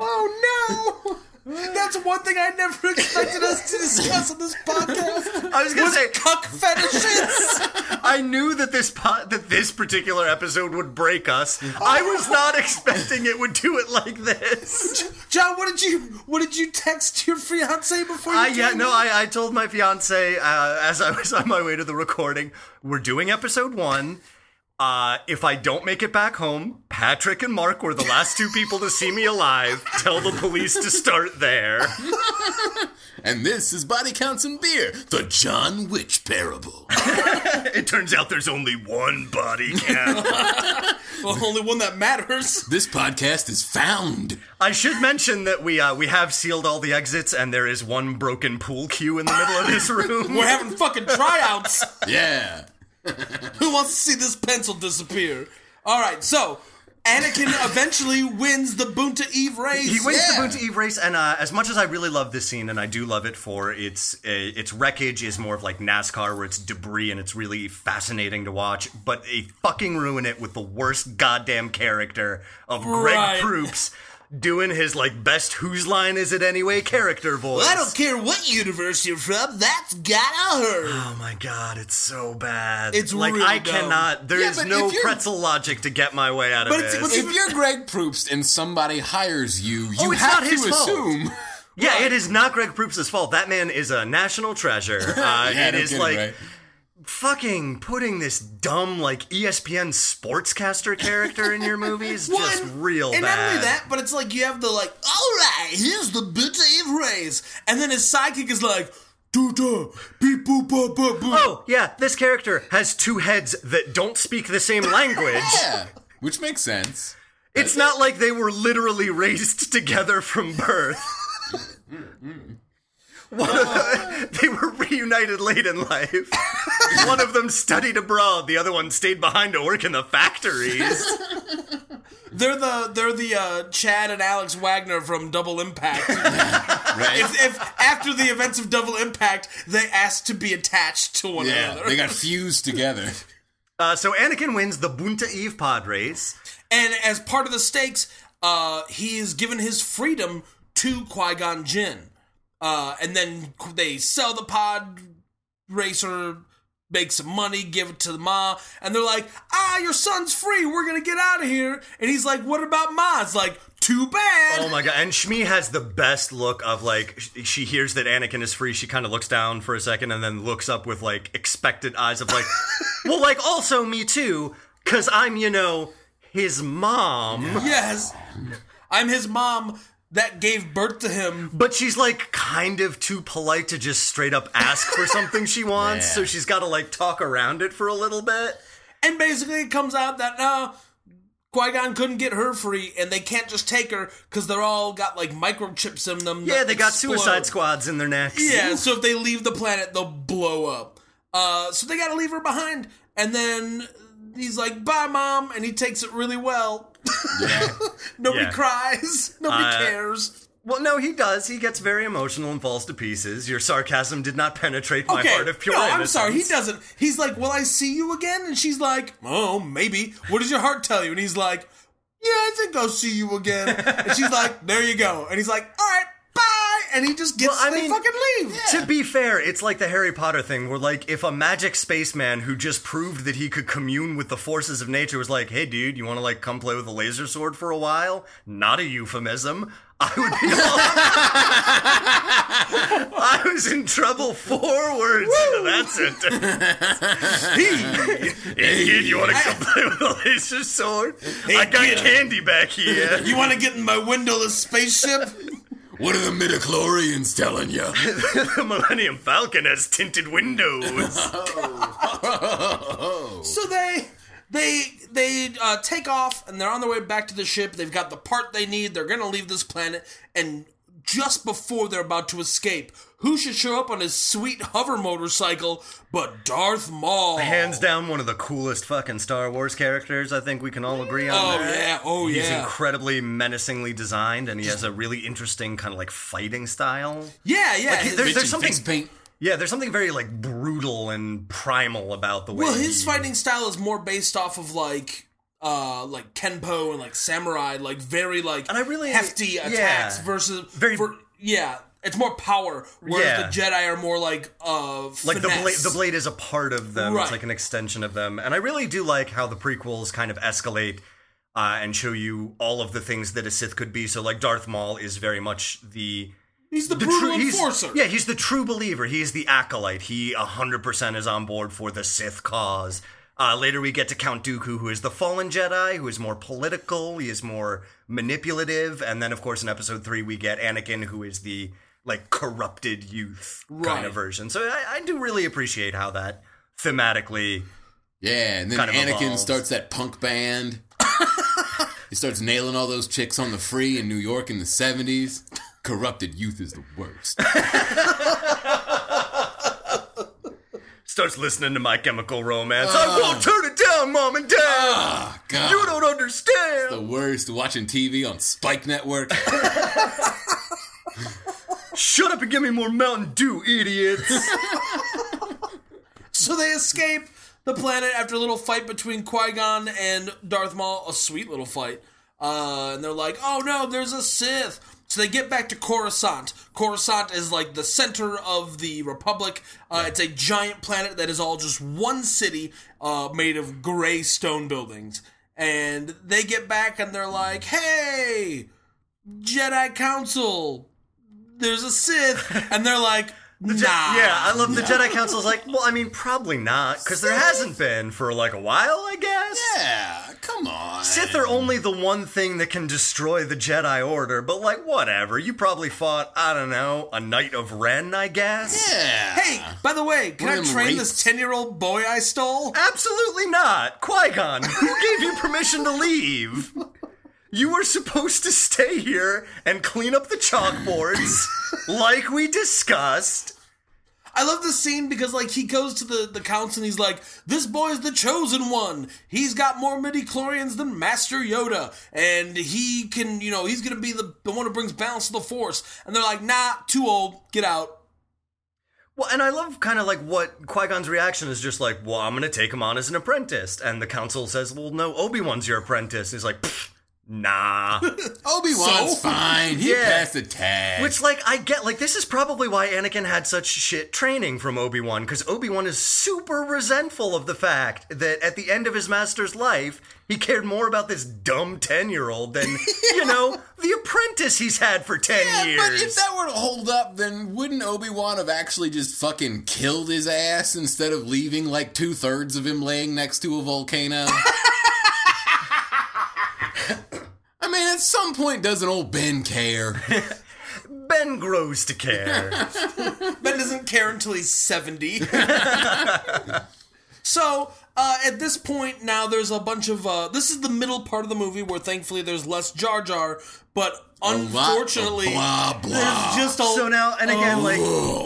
oh no! That's one thing I never expected us to discuss on this podcast. I was gonna say Cuck fetishes. I knew that this po- that this particular episode would break us. I was not expecting it would do it like this. John, what did you what did you text your fiance before you? I yeah came no in? I, I told my fiance uh, as I was on my way to the recording we're doing episode one. Uh, if I don't make it back home, Patrick and Mark were the last two people to see me alive. Tell the police to start there. and this is Body Counts and Beer, the John Witch Parable. It turns out there's only one body count. The only one that matters. this podcast is found. I should mention that we uh, we have sealed all the exits, and there is one broken pool cue in the middle of this room. We're having fucking tryouts. Yeah. Who wants to see this pencil disappear? All right, so Anakin eventually wins the Bunta Eve race. He wins Yeah. the Boon to Eve race, and uh, as much as I really love this scene, and I do love it for its uh, its wreckage is more of like NASCAR, where it's debris and it's really fascinating to watch. But they fucking ruin it with the worst goddamn character of Right. Greg Proops doing his like best whose line is it anyway character voice. I don't care what universe you're from. That's gotta hurt. Oh my god, it's so bad. It's like really I dumb. cannot. There Yeah, is but no if you're- pretzel logic to get my way out of But it's- this. what's If you're Greg Proopst and somebody hires you, you Oh, it's have not to his fault. assume. Yeah, it is not Greg Proops' fault. That man is a national treasure. Uh, Yeah, it don't is get it, like right? fucking putting this dumb like E ESPN sportscaster character in your movies just One, real and bad. not only that, but it's like you have the like, all right, here's the Bunta Eve race, and then his sidekick is like, doo doo, beep boop boop boop boop. Oh yeah, this character has two heads that don't speak the same language. Yeah, which makes sense. It's not like they were literally raised together from birth. One of the- they were reunited late in life. one of them studied abroad. The other one stayed behind to work in the factories. They're the they're the uh, Chad and Alex Wagner from Double Impact. Right? if, if after the events of Double Impact, they asked to be attached to one yeah, another, they got fused together. Uh, so Anakin wins the Bunta Eve pod race. and as part of the stakes, uh, he is given his freedom to Qui Gon Jinn, uh, and then they sell the pod racer. Make some money, give it to the ma, and they're like, "Ah, your son's free. We're gonna get out of here." And he's like, "What about ma?" It's like, "Too bad." Oh my god! And Shmi has the best look of like sh- she hears that Anakin is free. She kind of looks down for a second and then looks up with like expectant eyes of like, well, like also me too, because I'm you know his mom. Yes, I'm his mom that gave birth to him. But she's like kind of too polite to just straight up ask for something she wants, so Yeah. she's got to like talk around it for a little bit. And basically, it comes out that no, Qui Gon couldn't get her free, and they can't just take her because they're all got like microchips in them. Yeah, that they got explode. suicide squads in their necks. Yeah, so if they leave the planet, they'll blow up. Uh, so they got to leave her behind, and then he's like, "Bye, mom," and he takes it really well. Yeah. Nobody Yeah. cries. Nobody Uh, cares. Well, no, he does. He gets very emotional and falls to pieces. Your sarcasm did not penetrate my Okay, heart of pure no, I'm innocence. sorry. He doesn't. He's like, "Will I see you again?" And she's like, "Oh, maybe." What does your heart tell you? And he's like, "Yeah, I think I'll see you again." and she's like, "There you go." And he's like, "All right, bye." And he just gets. Well, I they mean- fucking leave. To be fair, it's like the Harry Potter thing where like if a magic spaceman who just proved that he could commune with the forces of nature was like, "Hey dude, you want to like come play with a laser sword for a while?" Not a euphemism. I would be all I was in trouble four words into that sentence. hey, kid, you want to come play with a laser sword? I got kid. candy back here. You want to get in my windowless spaceship? What are the midichlorians telling you? the Millennium Falcon has tinted windows. So they they they uh, take off and they're on their way back to the ship. They've got the part they need. They're gonna leave this planet, and just before they're about to escape, who should show up on his sweet hover motorcycle but Darth Maul? Hands down, one of the coolest fucking Star Wars characters. I think we can all agree on Oh that. yeah! Oh He's yeah! incredibly menacingly designed, and he has a really interesting kind of like fighting style. yeah yeah. he- there's- Bitchin' something- face paint. Yeah, there's something very like brutal and primal about the way. well, his he- fighting style is more based off of like. Uh, like kenpo and like samurai, like very like And I really- hefty yeah. attacks versus Very- ver- yeah, it's more power. Whereas Yeah. the Jedi are more like uh, like the blade, finesse. the blade is a part of them. Right. It's like an extension of them, and I really do like how the prequels kind of escalate uh, and show you all of the things that a Sith could be. So, like Darth Maul is very much the He's the, the brutal true- he's- enforcer. yeah, he's the true believer. He's the acolyte. He 100% is on board for the Sith cause. Uh, later, we get to Count Dooku, who is the fallen Jedi, who is more political. He is more manipulative. And then, of course, in episode three, we get Anakin, who is the like corrupted youth kind Right. of version. So I, I do really appreciate how that thematically. Yeah, and then Kind of Anakin evolves. starts that punk band. he starts nailing all those chicks on the free in New York in the 70s. Corrupted youth is the worst. Starts listening to my chemical romance. Uh. I won't turn it down, mom and dad. Ah, God. you don't understand. the worst watching TV on Spike Network. Shut up and give me more Mountain Dew, idiots. So they escape the planet after a little fight between Qui Gon and Darth Maul. A sweet little fight. Uh, and they're like, oh no, there's a Sith. So they get back to Coruscant. Coruscant is like the center of the Republic. Uh, It's a giant planet that is all just one city uh, made of gray stone buildings. And they get back and they're like, hey, Jedi Council, there's a Sith. And they're like, nah. yeah, I love the Jedi Council's like, well, I mean, probably not, because there hasn't been for like a while, I guess. yeah, come on. Sith are only the one thing that can destroy the Jedi Order, but like, whatever. You probably fought, I don't know, a Knight of Ren, I guess? Yeah. Hey, by the way, can One I of them train rapes. this 10 year old boy I stole? Absolutely not! Qui Gon, who gave you permission to leave? You were supposed to stay here and clean up the chalkboards, like we discussed. I love this scene because, like, he goes to the, the council and he's like, This boy's the chosen one. He's got more midichlorians than Master Yoda. And he can, you know, he's going to be the, the one who brings balance to the Force. And they're like, Nah, too old. Get out. Well, and I love kind of like what Qui Gon's reaction is just like, well, I'm going to take him on as an apprentice. And the council says, well, no, Obi Wan's your apprentice. he's like, "Pfft, nah. Obi-Wan's So- fine. He Yeah. passed the tag. Which, like, I get, like, this is probably why Anakin had such shit training from Obi Wan, because Obi Wan is super resentful of the fact that at the end of his master's life, he cared more about this dumb 10 year old than, you know, the apprentice he's had for 10 yeah, years. but if that were to hold up, then wouldn't Obi-Wan have actually just fucking killed his ass instead of leaving like two-thirds of him laying next to a volcano? I mean, at some point, doesn't old Ben care? ben grows to care. Ben doesn't care until he's 70. so, uh, at this point, now there's a bunch of. Uh, this is the middle part of the movie where thankfully there's less Jar Jar, but lot of unfortunately. blah, blah. There's just a, Oh, So now, and again, like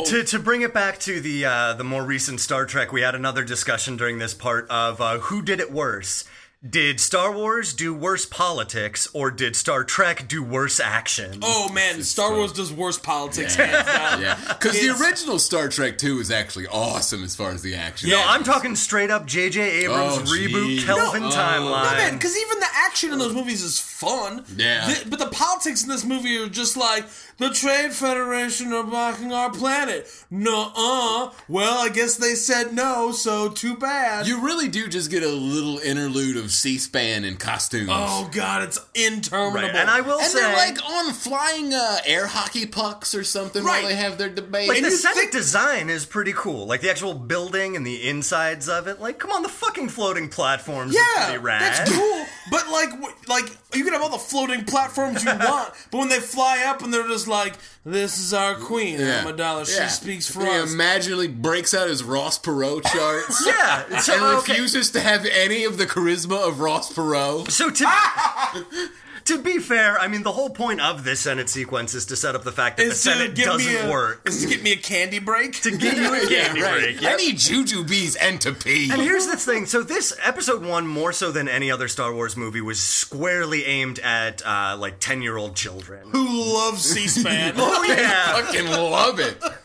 to, to bring it back to the uh, the more recent Star Trek, we had another discussion during this part of uh, who did it worse. Did Star Wars do worse politics, or did Star Trek do worse action? Oh man, Star Wars does worse politics. yeah, because the It's- original Star Trek Two is actually awesome as far as the action. no, I'm talking straight up J.J. Abrams Oh, reboot geez. Kelvin No, oh. timeline. No man, because even the action in those movies is fun. Yeah. The- but the politics in this movie are just like the Trade Federation are blocking our planet. Nuh-uh. Well, I guess they said no, so too bad. you really do just get a little interlude of C-SPAN and costumes. oh god, it's interminable. Right, And I will And say, they're like on flying uh, air hockey pucks or something Right. while they have their debate. like the you set think- design is pretty cool. Like the actual building and the insides of it. Like, come on, the fucking floating platforms are Yeah, pretty rad. that's cool. But like, w- like you can have all the floating platforms you want, but when they fly up and they're just like, "This is our queen, Yeah. Amidala. She Yeah. speaks for he us." imaginably breaks out his Ross Perot charts Yeah, so, uh, and Oh, okay. refuses to have any of the charisma of Ross Perot. So to Ah! to be fair, I mean the whole point of this Senate sequence is to set up the fact that the Is to Senate give me doesn't a, work. Is to get me a candy break. To give you a candy break. I need jujubes and to pee. And here's the thing. So this episode one, more so than any other Star Wars movie, was squarely aimed at uh, like ten year old children. who loves C-SPAN. Oh yeah, fucking love it. Oh,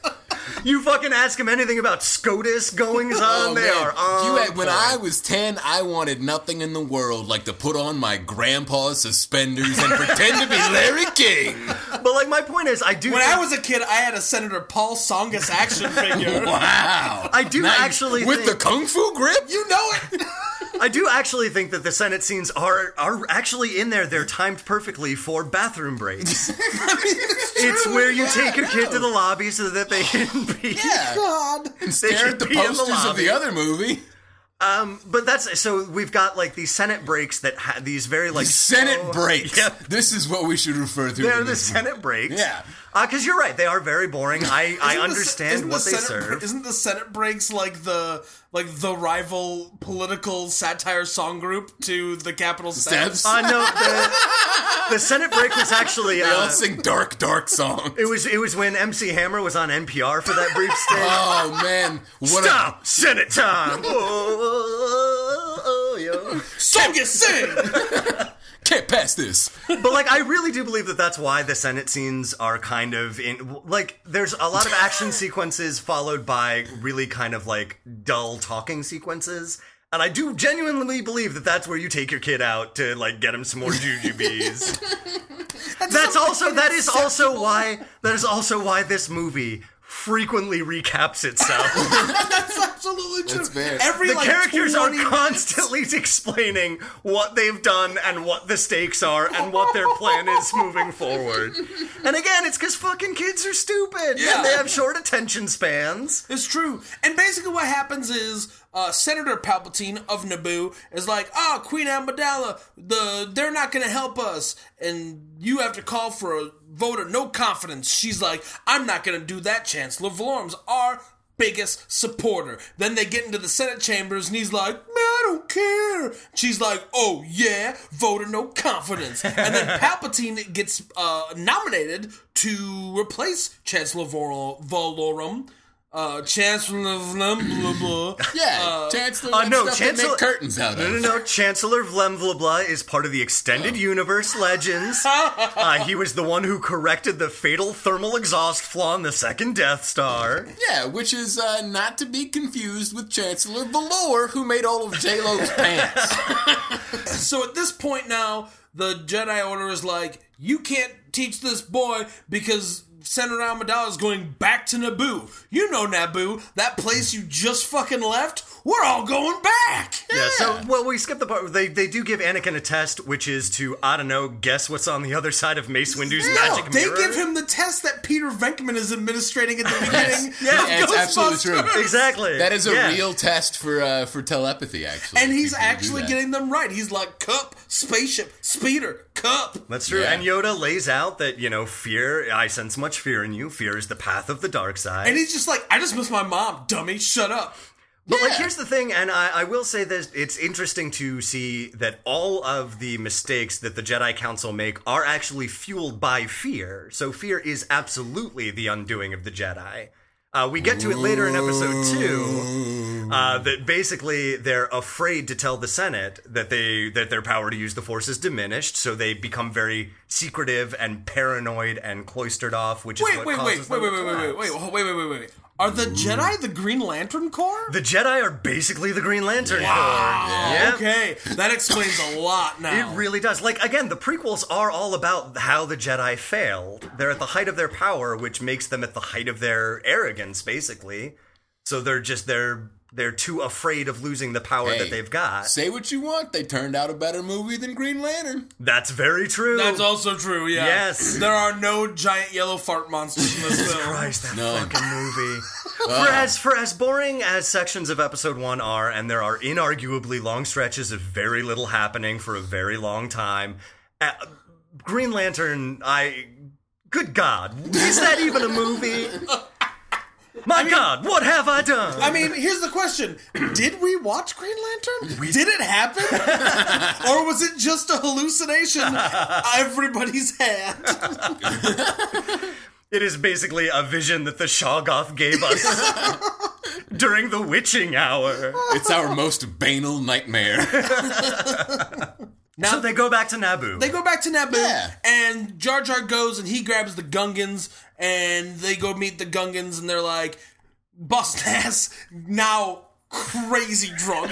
you fucking ask them anything about SCOTUS goings on. Oh, they man. are on. You had, when point. I was 10, I wanted nothing in the world like to put on my grandpa's suspenders and pretend to be Larry King. but like my point is, I do. when think- I was a kid, I had a Senator Paul Songus action figure. Wow. I do you- actually With think- the kung fu grip? You know it. I do actually think that the Senate scenes are are actually in there. They're timed perfectly for bathroom breaks. it's where you take your kid to the lobby so that they can be. Yeah. God. Stare should at the be in the posters of lobby. the other movie. But that's so we've got like these Senate breaks that ha- these very like Senate slow- breaks. Yep. This is what we should refer to. They're in the this Senate breaks. Yeah. Because you're right, they are very boring. I, I Isn't the- understand isn't what the they Senate, serve. Isn't the Senate breaks like the like the rival political satire song group to the Capitol Steps. steps? Uh, no, the, the Senate break was actually They all uh, sing dark, dark songs. it was it was when MC Hammer was on NPR for that brief stint. Oh man, what Stop Senate time. Whoa, oh, yo. So you sing. a can't pass this. But like, I really do believe that that's why the Senate scenes are kind of in like. There's a lot of action sequences followed by really kind of like dull talking sequences. And I do genuinely believe that that's where you take your kid out to like get him some more jujubes. that's also that is also why that is also why this movie frequently recaps itself. That's absolutely true. That's fair. Every The like, characters are 20 constantly explaining what they've done and what the stakes are and what their plan is moving forward. And again, it's because fucking kids are stupid Yeah. and they have short attention spans. It's true. And basically, what happens is uh, Senator Palpatine of Naboo is like, "Ah, Queen Amidala, the they're not going to help us, and you have to call for a vote of no confidence." She's like, "I'm not going to do that, Chancellor Valorum's our biggest supporter." Then they get into the Senate chambers, and he's like, "Man, I don't care." She's like, "Oh yeah, vote of no confidence," and then Palpatine gets uh, nominated to replace Chancellor Vol- Valorum uh, Chancellor of blah, blah, blah. Yeah, Chancellor. uh, and no, stuff They Chancellor- make curtains out No, of. no, no. Chancellor Vlemvlabla is part of the extended Oh. universe legends. Uh, he was the one who corrected the fatal thermal exhaust flaw in the second Death Star. Yeah, which is uh, not to be confused with Chancellor Valor, who made all of J Lo's pants. So at this point now, the Jedi Order is like, you can't teach this boy because Senator Amidala is going back to Naboo. You know Naboo, that place you just fucking left. We're all going back. Yeah. So, well, we skip the part. where They they do give Anakin a test, which is to I don't know, guess what's on the other side of Mace Windu's magic they mirror. give him the test that Peter Venkman is administrating at the beginning. Yeah, of it's absolutely Ghostbusters. true. exactly. That is a Yeah. real test for uh, for telepathy, actually. And he's People do actually that. getting them right. He's like, cup, spaceship, speeder, cup. That's true. Yeah. And Yoda lays out that you know, fear. I sense much fear in you. Fear is the path of the dark side. And he's just like, I just miss my mom, dummy. Shut up. But like, Yeah. here's the thing, and I, I will say this: it's interesting to see that all of the mistakes that the Jedi Council make are actually fueled by fear. So fear is absolutely the undoing of the Jedi. Uh, we get to it later in episode two. Uh, that basically they're afraid to tell the Senate that they that their power to use the Force is diminished, so they become very secretive and paranoid and cloistered off, which is Wait, what wait, causes wait, wait, them wait, to wait, wait, wait, collapse. wait, wait, wait, wait, wait, wait. Are the Jedi the Green Lantern Corps? Ah, The Jedi are basically the Green Lantern Corps. Yeah. Okay, that explains a lot now. It really does. Like again, the prequels are all about how the Jedi failed. They're at the height of their power, which makes them at the height of their arrogance, basically. So they're just they're they're too afraid of losing the power Hey, that they've got. Say what you want. They turned out a better movie than Green Lantern. That's very true. That's also true, yeah. Yes. There are no giant yellow fart monsters in this film. Christ, that None. fucking movie. for as for as boring as sections of episode one are, and there are inarguably long stretches of very little happening for a very long time. Uh, Green Lantern, I, good God, is that even a movie? My God, what have I done? I mean, here's the question. Did we watch Green Lantern? Did it happen? or was it just a hallucination everybody's had? It is basically a vision that the Shoggoth gave us during the witching hour. Uh, It's our most banal nightmare. so they go back to Naboo. They go back to Naboo, Yeah. and Jar Jar goes and he grabs the Gungans, and they go meet the Gungans, and they're like, bust ass, now crazy drunk.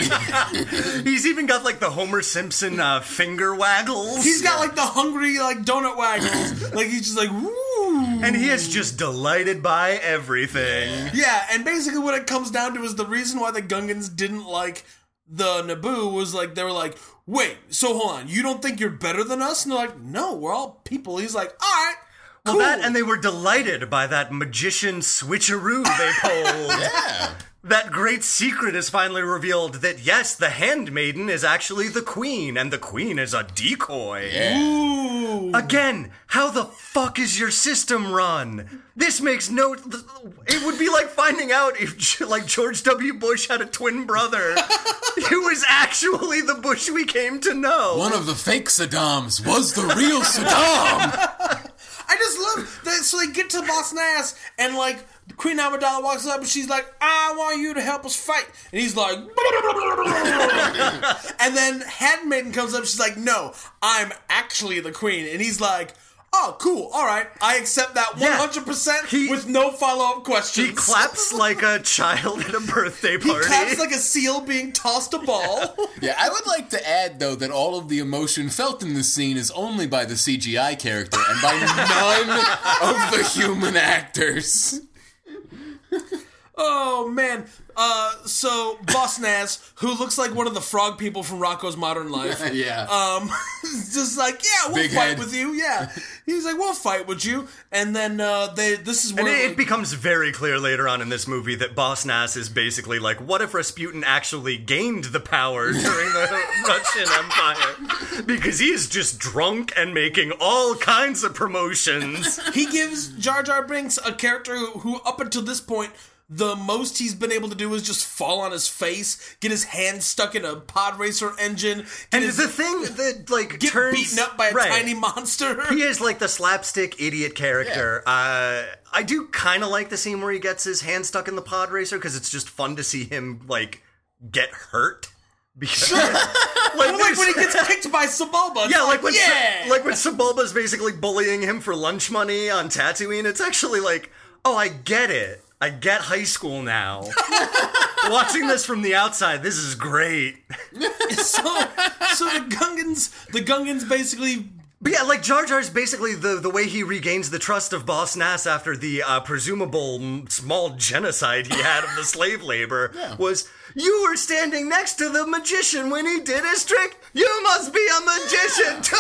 He's even got like the Homer Simpson uh, finger waggles. he's got like the hungry, like donut waggles. like he's just like, woo. And he is just delighted by everything. Yeah, and basically what it comes down to is the reason why the Gungans didn't like the Naboo was like, they were like, wait, so hold on, you don't think you're better than us? And they're like, no, we're all people. He's like, all right. Well, that and they were delighted by that magician switcheroo they pulled. yeah. That great secret is finally revealed that yes, the handmaiden is actually the queen, and the queen is a decoy. Yeah. Ooh. Again, how the fuck is your system run? This makes no. It would be like finding out if, like, George W. Bush had a twin brother who was actually the Bush we came to know. One of the fake Saddams was the real Saddam. I just love that. So they get to Boss Nass, and like Queen Amidala walks up, and she's like, "I want you to help us fight," and he's like, and then Handmaiden comes up, she's like, "No, I'm actually the queen," and he's like. Oh, cool. All right. I accept that Yeah. 100% He- with no follow up questions. He claps like a child at a birthday He party. claps like a seal being tossed a ball. yeah, I would like to add though that all of the emotion felt in this scene is only by the CGI character and by none of the human actors. Oh man. Uh, so Boss Nass, who looks like one of the frog people from Rocco's Modern Life, Yeah. um, is just like yeah, we'll Big fight head. with you. Yeah, he's like we'll fight with you. And then uh, they this is And one it, of it the, becomes very clear later on in this movie that Boss Nass is basically like, what if Rasputin actually gained the power during the Russian Empire? Because he is just drunk and making all kinds of promotions. he gives Jar Jar Binks a character who, who up until this point. The most he's been able to do is just fall on his face, get his hand stuck in a pod racer engine, get And his, the thing that like get turns beaten up by a right. tiny monster. He is like the slapstick idiot character. Uh, I do kind of like the scene where he gets his hand stuck in the pod racer because it's just fun to see him like get hurt. Because like, like there's- when he gets kicked by Sebulba. yeah, like when yeah, like when Sebulba's basically bullying him for lunch money on Tatooine. It's actually like, oh, I get it. I get high school now. Watching this from the outside, this is great. so so the Gungans the Gungans basically But yeah, like Jar Jar's basically the the way he regains the trust of Boss Nass after the uh, presumable m- small genocide he had of the slave labor was you were standing next to the magician when he did his trick. You must be a magician too.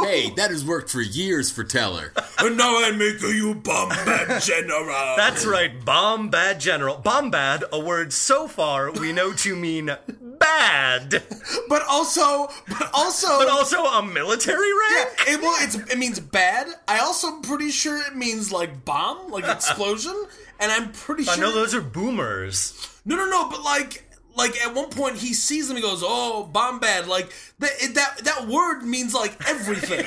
Hey, that has worked for years for Teller. and now I make you Bombad General. That's right, Bombad General. Bombad, a word so far we know to mean bad, but also but also but also a military rank. it, well, it's, it means bad. I also am pretty sure it means like bomb, like explosion. And I'm pretty sure I know those are boomers. No, no, no. But like, like at one point he sees them. He goes, "Oh, Bombad!" Like that. it- That that word means like everything.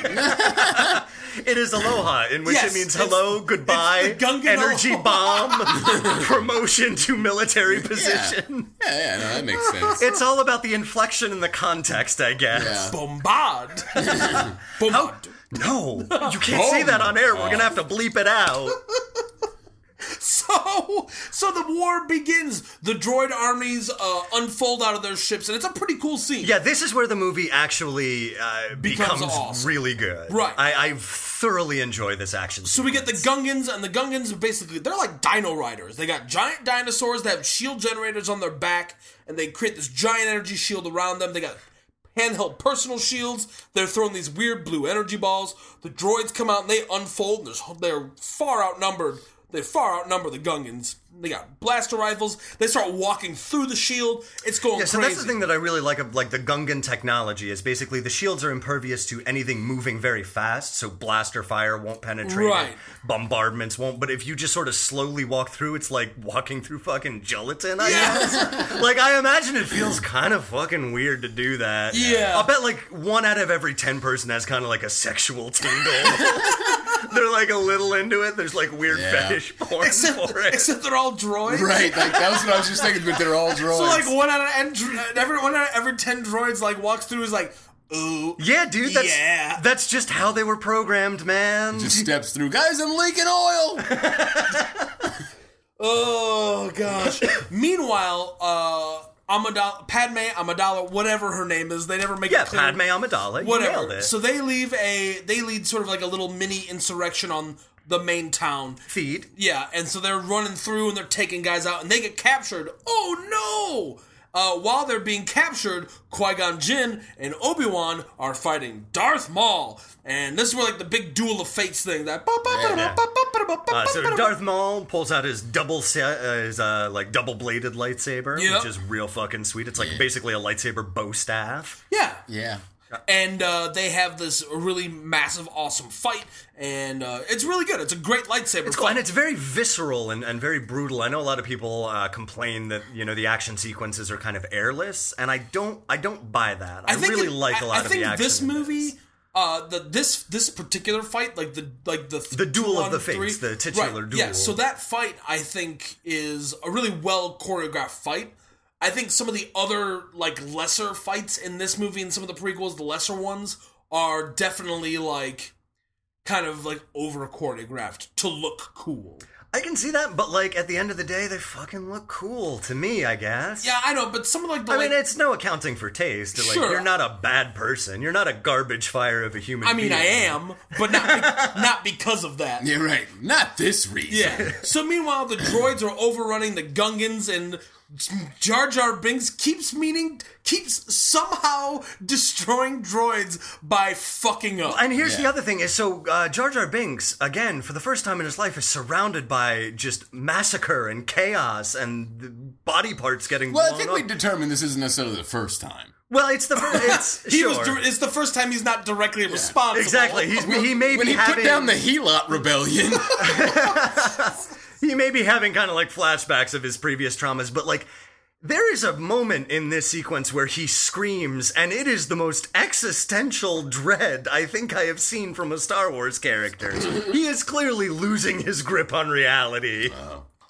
It is aloha, in which Yes, it means it's- hello, goodbye, it's the Gungan energy aloha. bomb, promotion to military position. Yeah, yeah, no, that makes sense. It's all about the inflection and the context, I guess. Yeah. Bombard. Bombard. No, you can't say that on air. We're gonna have to bleep it out. So, so the war begins. The droid armies uh, unfold out of their ships, and it's a pretty cool scene. Yeah, this is where the movie actually uh, Becomes becomes, awesome. really good. Right. I, I thoroughly enjoy this action. So we get the Gungans, and the Gungans basically they're like Dino Riders. They got giant dinosaurs that have shield generators on their back, and they create this giant energy shield around them. They got handheld personal shields. They're throwing these weird blue energy balls. The droids come out and they unfold, and there's, they're far outnumbered. They far outnumber the Gungans. They got blaster rifles. They start walking through the shield. It's going Yeah, so crazy. that's the thing that I really like of like the Gungan technology is basically the shields are impervious to anything moving very fast, so blaster fire won't penetrate, it, Right. bombardments won't. But if you just sort of slowly walk through, it's like walking through fucking gelatin. I guess. like I imagine it feels kind of fucking weird to do that. Yeah. I'll bet like one out of every ten person has kind of like a sexual tingle. They're like a little into it. There's like weird Yeah. fetish porn except, for it. except they're all droids. Right, like that was what I was just thinking, but they're all droids. So like one out of and dr- every one out of every ten droids like walks through is like, ooh, yeah, dude. That's Yeah. that's just how they were programmed, man. just steps through. Guys, I'm leaking oil. oh gosh. Meanwhile, uh, Amidala, Padme, Amidala, whatever her name is, they never make Yeah, it clear. Padme Amidala. you Nailed whatever. it. So they leave a they lead sort of like a little mini insurrection on the main town. feed. Yeah, and so they're running through and they're taking guys out and they get captured. Oh no! Uh, while they're being captured, Qui Gon Jinn and Obi Wan are fighting Darth Maul, and this is where like the big duel of fates thing. That Uh, so Darth Maul pulls out his double se- uh, his uh, like double bladed lightsaber, Yep. which is real fucking sweet. It's like basically a lightsaber bow staff. yeah, Yeah. and uh, they have this really massive, awesome fight, and uh, it's really good. It's a great lightsaber It's cool, fight. and it's very visceral and, and very brutal. I know a lot of people uh, complain that you know the action sequences are kind of airless, and I don't I don't buy that. I, really it- like a I- lot I of think the action. this in movie, uh, the this this particular fight, like the like the The duel of the two on fates, three- the titular right, Yeah, duel. so that fight I think is a really well choreographed fight. I think some of the other like lesser fights in this movie and some of the prequels, the lesser ones, are definitely like kind of like over choreographed to look cool. I can see that, but like at the end of the day, they fucking look cool to me. I guess. Yeah, I know, but some of like the I like, mean, it's no accounting for taste. Like, Sure. you're not a bad person. You're not a garbage fire of a human. I mean, I being. am, but not be- not because of that. Yeah, right. Not this reason. Yeah. So meanwhile, the droids are overrunning the Gungans, and Jar Jar Binks keeps meaning keeps somehow destroying droids by fucking up. And here's the other thing is so uh, Jar Jar Binks again for the first time in his life is surrounded by just massacre and chaos and the body parts getting Well, I blown think up. we determined this isn't necessarily the first time. well, it's the first. It's, he sure. was. dir- It's the first time he's not directly responsible. exactly. He's, he may When be he having put down the Helot Rebellion, he may be having kind of like flashbacks of his previous traumas, but like there is a moment in this sequence where he screams, and it is the most existential dread I think I have seen from a Star Wars character. he is clearly losing his grip on reality.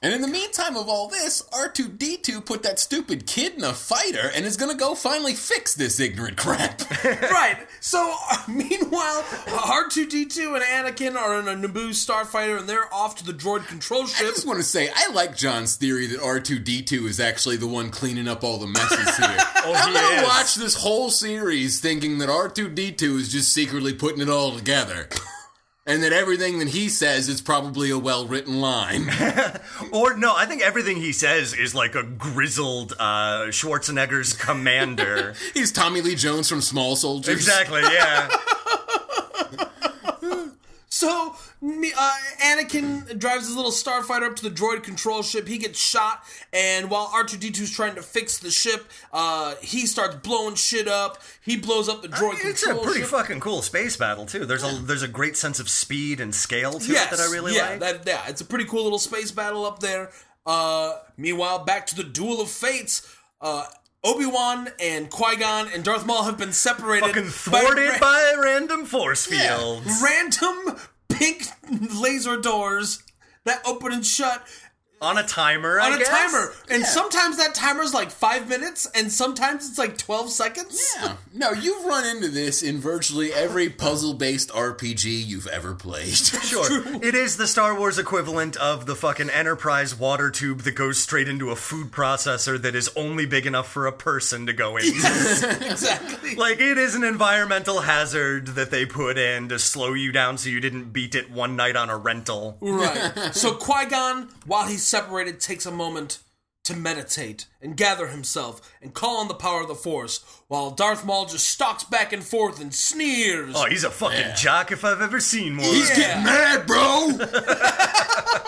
and in the meantime of all this, R two D two put that stupid kid in a fighter and is gonna go finally fix this ignorant crap. right. So uh, meanwhile, R two D two and Anakin are in a Naboo starfighter, and they're off to the droid control I ship. just want to say I like John's theory that R two D two is actually the one cleaning up all the messes here. I'm Oh, he gonna is. watch this whole series thinking that R two D two is just secretly putting it all together. And that everything that he says is probably a well written line. Or no, I think everything he says is like a grizzled uh, Schwarzenegger's commander. He's Tommy Lee Jones from Small Soldiers. exactly. Yeah. So, me- uh, Anakin drives his little starfighter up to the droid control ship. He gets shot, and while R2D2's trying to fix the ship, uh, he starts blowing shit up. He blows up the droid control It's a pretty ship. fucking cool space battle too. There's a there's a great sense of speed and scale to yes, it that I really yeah, like. That, yeah, it's a pretty cool little space battle up there. Uh, meanwhile, back to the duel of fates. Uh, Obi Wan and Qui Gon and Darth Maul have been separated. fucking by thwarted ra- by, random force Yeah. fields. random pink laser doors that open and shut. On a timer, on I a guess? timer. And sometimes that timer's like five minutes, and sometimes it's like 12 seconds. Yeah. No, you've run into this in virtually every puzzle based RPG you've ever played. Sure. It is the Star Wars equivalent of the fucking Enterprise water tube that goes straight into a food processor that is only big enough for a person to go in. exactly. like, it is an environmental hazard that they put in to slow you down so you didn't beat it one night on a rental. right. So Qui Gon, while he's separated, takes a moment to meditate and gather himself and call on the power of the Force, while Darth Maul just stalks back and forth and sneers. Oh, he's a fucking jock if I've ever seen one. He's Yeah. getting mad, bro!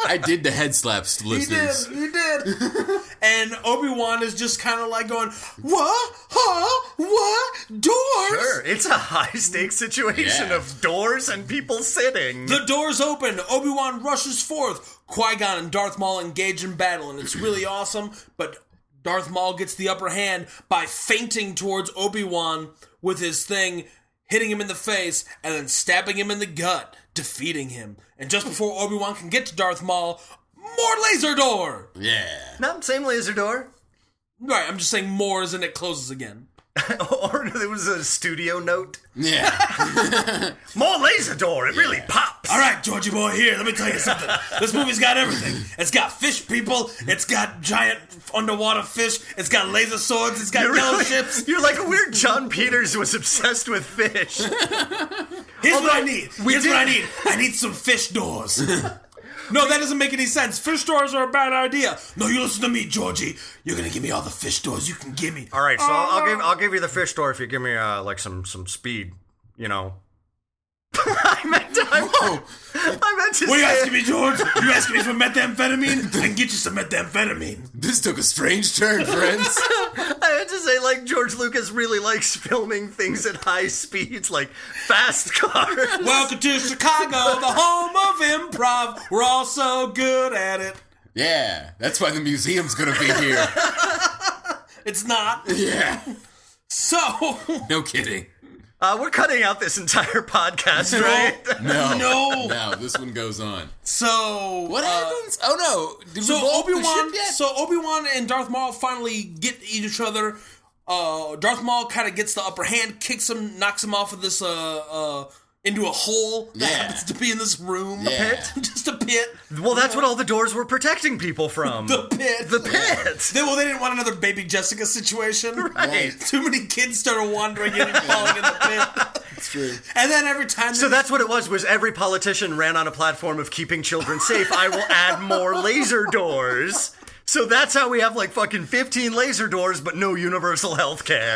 I did the head slaps, he did. listeners. He did. and Obi Wan is just kind of like going, "What? Huh? What? Doors? Sure, It's a high stakes situation Yeah. of doors and people sitting. The doors open. Obi Wan rushes forth. Qui Gon and Darth Maul engage in battle, and it's really awesome. But Darth Maul gets the upper hand by fainting towards Obi Wan with his thing, hitting him in the face, and then stabbing him in the gut, defeating him. And just before Obi Wan can get to Darth Maul, more laser door. Yeah. no, same laser door. Right, I'm just saying more as in it closes again. or there was a studio note. Yeah. More laser door. It really pops. All right, Georgie boy, here, let me tell you something. this movie's got everything. It's got fish people, it's got giant underwater fish, it's got laser swords, it's got You're, yellow really- ships. you're like a weird John Peters was obsessed with fish. Here's what I need. Here's what I need. I need some fish doors. No, that doesn't make any sense. Fish doors are a bad idea. No, you listen to me, Georgie. You're gonna give me all the fish doors you can give me. All right, so I'll, I'll give I'll give you the fish door if you give me uh, like some some speed, you know. I meant to, I, Whoa. I meant to What are you say asking me, George? You asking me for methamphetamine? I can get you some methamphetamine. This took a strange turn, friends. I I have to say, like George Lucas really likes filming things at high speeds, like fast cars. Welcome to Chicago, the home of improv. We're all so good at it. Yeah, that's why the museum's gonna be here. It's not. yeah, So, no kidding. Uh, we're cutting out this entire podcast, right? No, No. no. This one goes on. so What uh, happens? Oh no! Did So we blow up the Obi Wan, ship yet? so Obi Wan and Darth Maul finally get each other. Uh, Darth Maul kind of gets the upper hand, kicks him, knocks him off of this uh, uh, into a hole that Yeah. happens to be in this room, Yeah. just a pit, Well, that's what all the doors were protecting people from. the pit. The pit. they, well, they didn't want another baby Jessica situation. Right. Too many kids started wandering in and falling in the pit, It's true. and then every time So that's what it was. Was every politician ran on a platform of keeping children safe? I will add more laser doors. So that's how we have like fucking 15 laser doors, but no universal health care.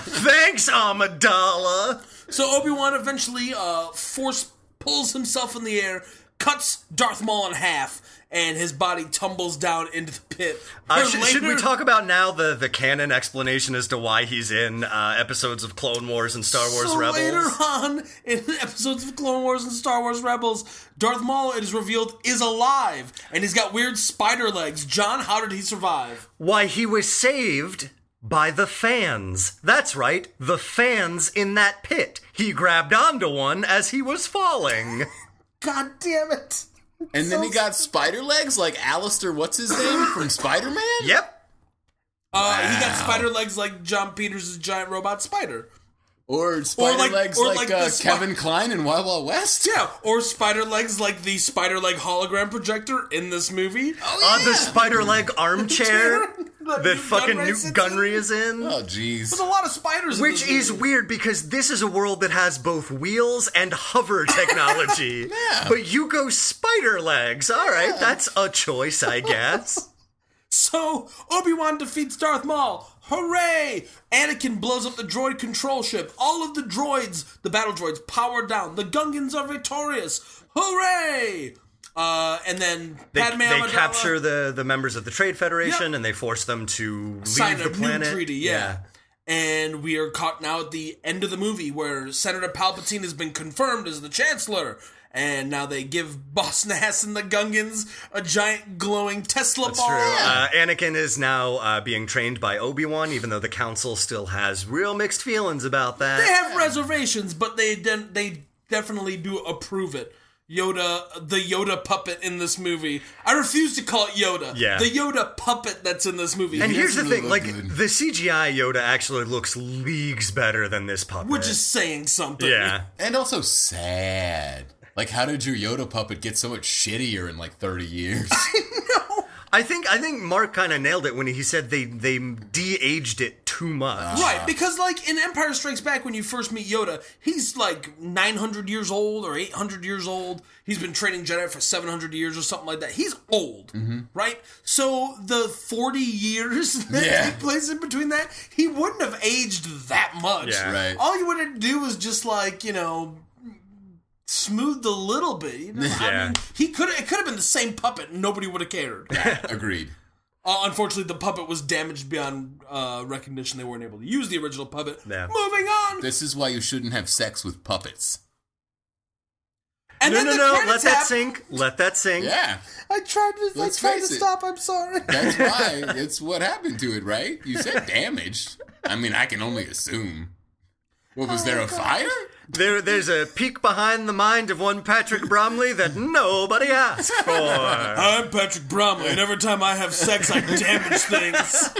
Thanks, Amidala. So Obi Wan eventually uh, force pulls himself in the air, cuts Darth Maul in half, and his body tumbles down into the pit. Uh, Where sh- should we later- talk about now the, the canon explanation as to why he's in uh, episodes of Clone Wars and Star Wars so Rebels? later on in episodes of Clone Wars and Star Wars Rebels, Darth Maul it is revealed is alive and he's got weird spider legs. John, how did he survive? why he was saved by the fans. That's right, the fans in that pit. He grabbed onto one as he was falling. God damn it! And then he got spider legs like Alistair, what's his name from Spider Man? yep. Uh, He got spider legs like John Peters' giant robot spider. Or spider like- legs or like, like uh, the spi- Kevin Klein in Wild Wild West? Yeah, or spider legs like the spider leg hologram projector in this movie. On the spider leg armchair That that Newt fucking Gunray Newt sits Gunry is in. Oh, jeez. There's a lot of spiders. Which in this is movie. weird because this is a world that has both wheels and hover technology. But you go spider legs. All right, that's a choice, I guess. so Obi Wan defeats Darth Maul. Hooray! Anakin blows up the droid control ship. All of the droids, the battle droids, power down. The Gungans are victorious. Hooray! Uh, and then They, Padme they Amidala capture the, the members of the Trade Federation Yep. and they force them to leave sign the a planet. new treaty. Yeah. And we are caught now at the end of the movie where Senator Palpatine has been confirmed as the Chancellor. And now they give Boss Nass and the Gungans a giant glowing Tesla That's ball. true. Uh, Anakin is now uh, being trained by Obi Wan, even though the Council still has real mixed feelings about that. they have reservations, but they de- they definitely do approve it. Yoda, the Yoda puppet in this movie. I refuse to call it Yoda. Yeah. the Yoda puppet that's in this movie, and here's the doesn't thing: look like good. the CGI Yoda actually looks leagues better than this puppet. which is saying something. yeah. And also sad. Like, how did your Yoda puppet get so much shittier in like 30 years? I think I think Mark kind of nailed it when he said they they de-aged it too Uh. much. Right, because like in Empire Strikes Back, when you first meet Yoda, he's like 900 years old or 800 years old. He's been training Jedi for 700 years or something like that. He's old, right? So the 40 years that Yeah. he plays in between that, he wouldn't have aged that much. Yeah. Right. All you would have to do was just like you know. Smoothed a little bit, you know? I Yeah. mean, he could it could have been the same puppet, and nobody would have cared. Agreed. Uh, unfortunately, the puppet was damaged beyond uh, recognition. They weren't able to use the original puppet. Yeah. Moving on, This is why you shouldn't have sex with puppets. and No, then no, the no. credits Let that hap- sink. Let that sink. Yeah. I tried to. Let's I tried to face it. stop. I'm sorry. That's why. That's what happened to it, right? You said damaged. I mean, I can only assume. What, was Oh there a fire? There, there's a peek behind the mind of one Patrick Bromley that nobody asked for. I'm Patrick Bromley, and every time I have sex, I damage things.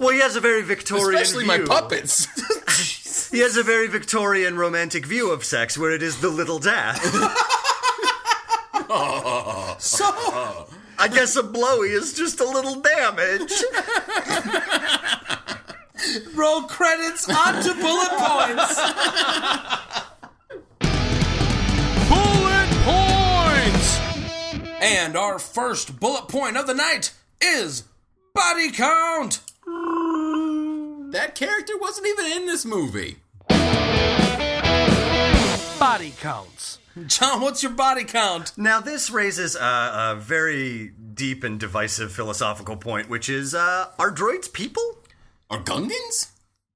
Well, he has a very Victorian Especially my view. puppets. He has a very Victorian romantic view of sex, where it is the little death. So, I guess a blowy is just a little damage. roll credits on to bullet points. bullet points. And our first bullet point of the night is body count. that character wasn't even in this movie. body counts. John, what's your body count? Now, this raises a, a very deep and divisive philosophical point, which is: uh, are droids people? Are Gungans?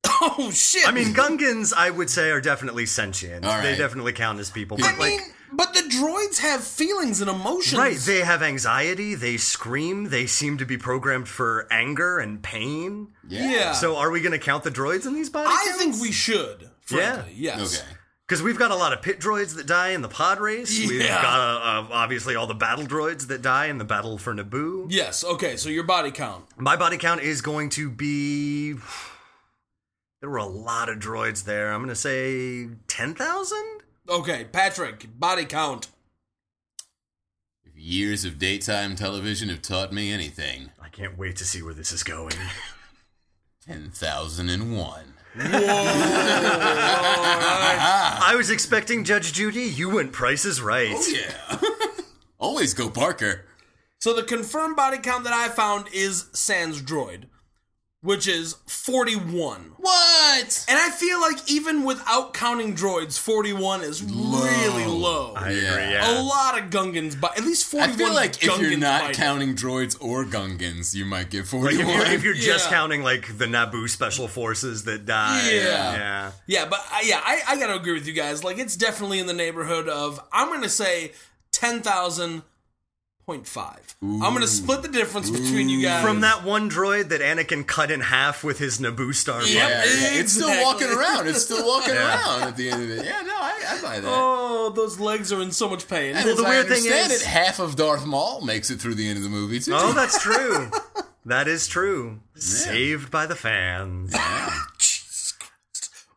Oh shit! I mean, Gungans, I would say, are definitely sentient. All right. They definitely count as people. I But, like, mean, but the droids have feelings and emotions. right, they have anxiety, they scream, they seem to be programmed for anger and pain. yeah. So, are we going to count the droids in these bodies? I think we should. Frankly, yes. Okay. Because we've got a lot of pit droids that die in the pod race. We've Yeah. got, uh, uh, obviously, all the battle droids that die in the battle for Naboo. Yes. Okay. So your body count. My body count is going to be. There were a lot of droids there. I'm going to say 10,000? Okay, Patrick. Body count. If years of daytime television have taught me anything, I can't wait to see where this is going. 10,001. I was expecting Judge Judy. You went prices right. Yeah. Always go Parker. So the confirmed body count that I found is Sans droid, which is forty-one. What? And I feel like even without counting droids, 41 is really low. I Yeah. agree. Oh, A Yeah. lot of Gungans, but at least I 41 feel like if you're Gungans not bite. counting droids or Gungans, you might get Like 41. if you're, if you're just Yeah. counting like the Naboo special forces that die. Yeah. Yeah. Yeah, but I yeah, I, I gotta agree with you guys. Like, it's definitely in the neighborhood of, I'm gonna say 10,000.5. I'm gonna split the difference between you guys. From that one droid that Anakin cut in half with his Naboo star. Yep. yeah, yeah. It's still Exactly. walking around. It's still walking Yeah. around at the end of it. Yeah, no, I, I buy that. Oh, those legs are in so much pain. and well, as the I weird thing understand is- it, half of Darth Maul makes it through the end of the movie too. Oh, that's true. that is true. Saved by the fans.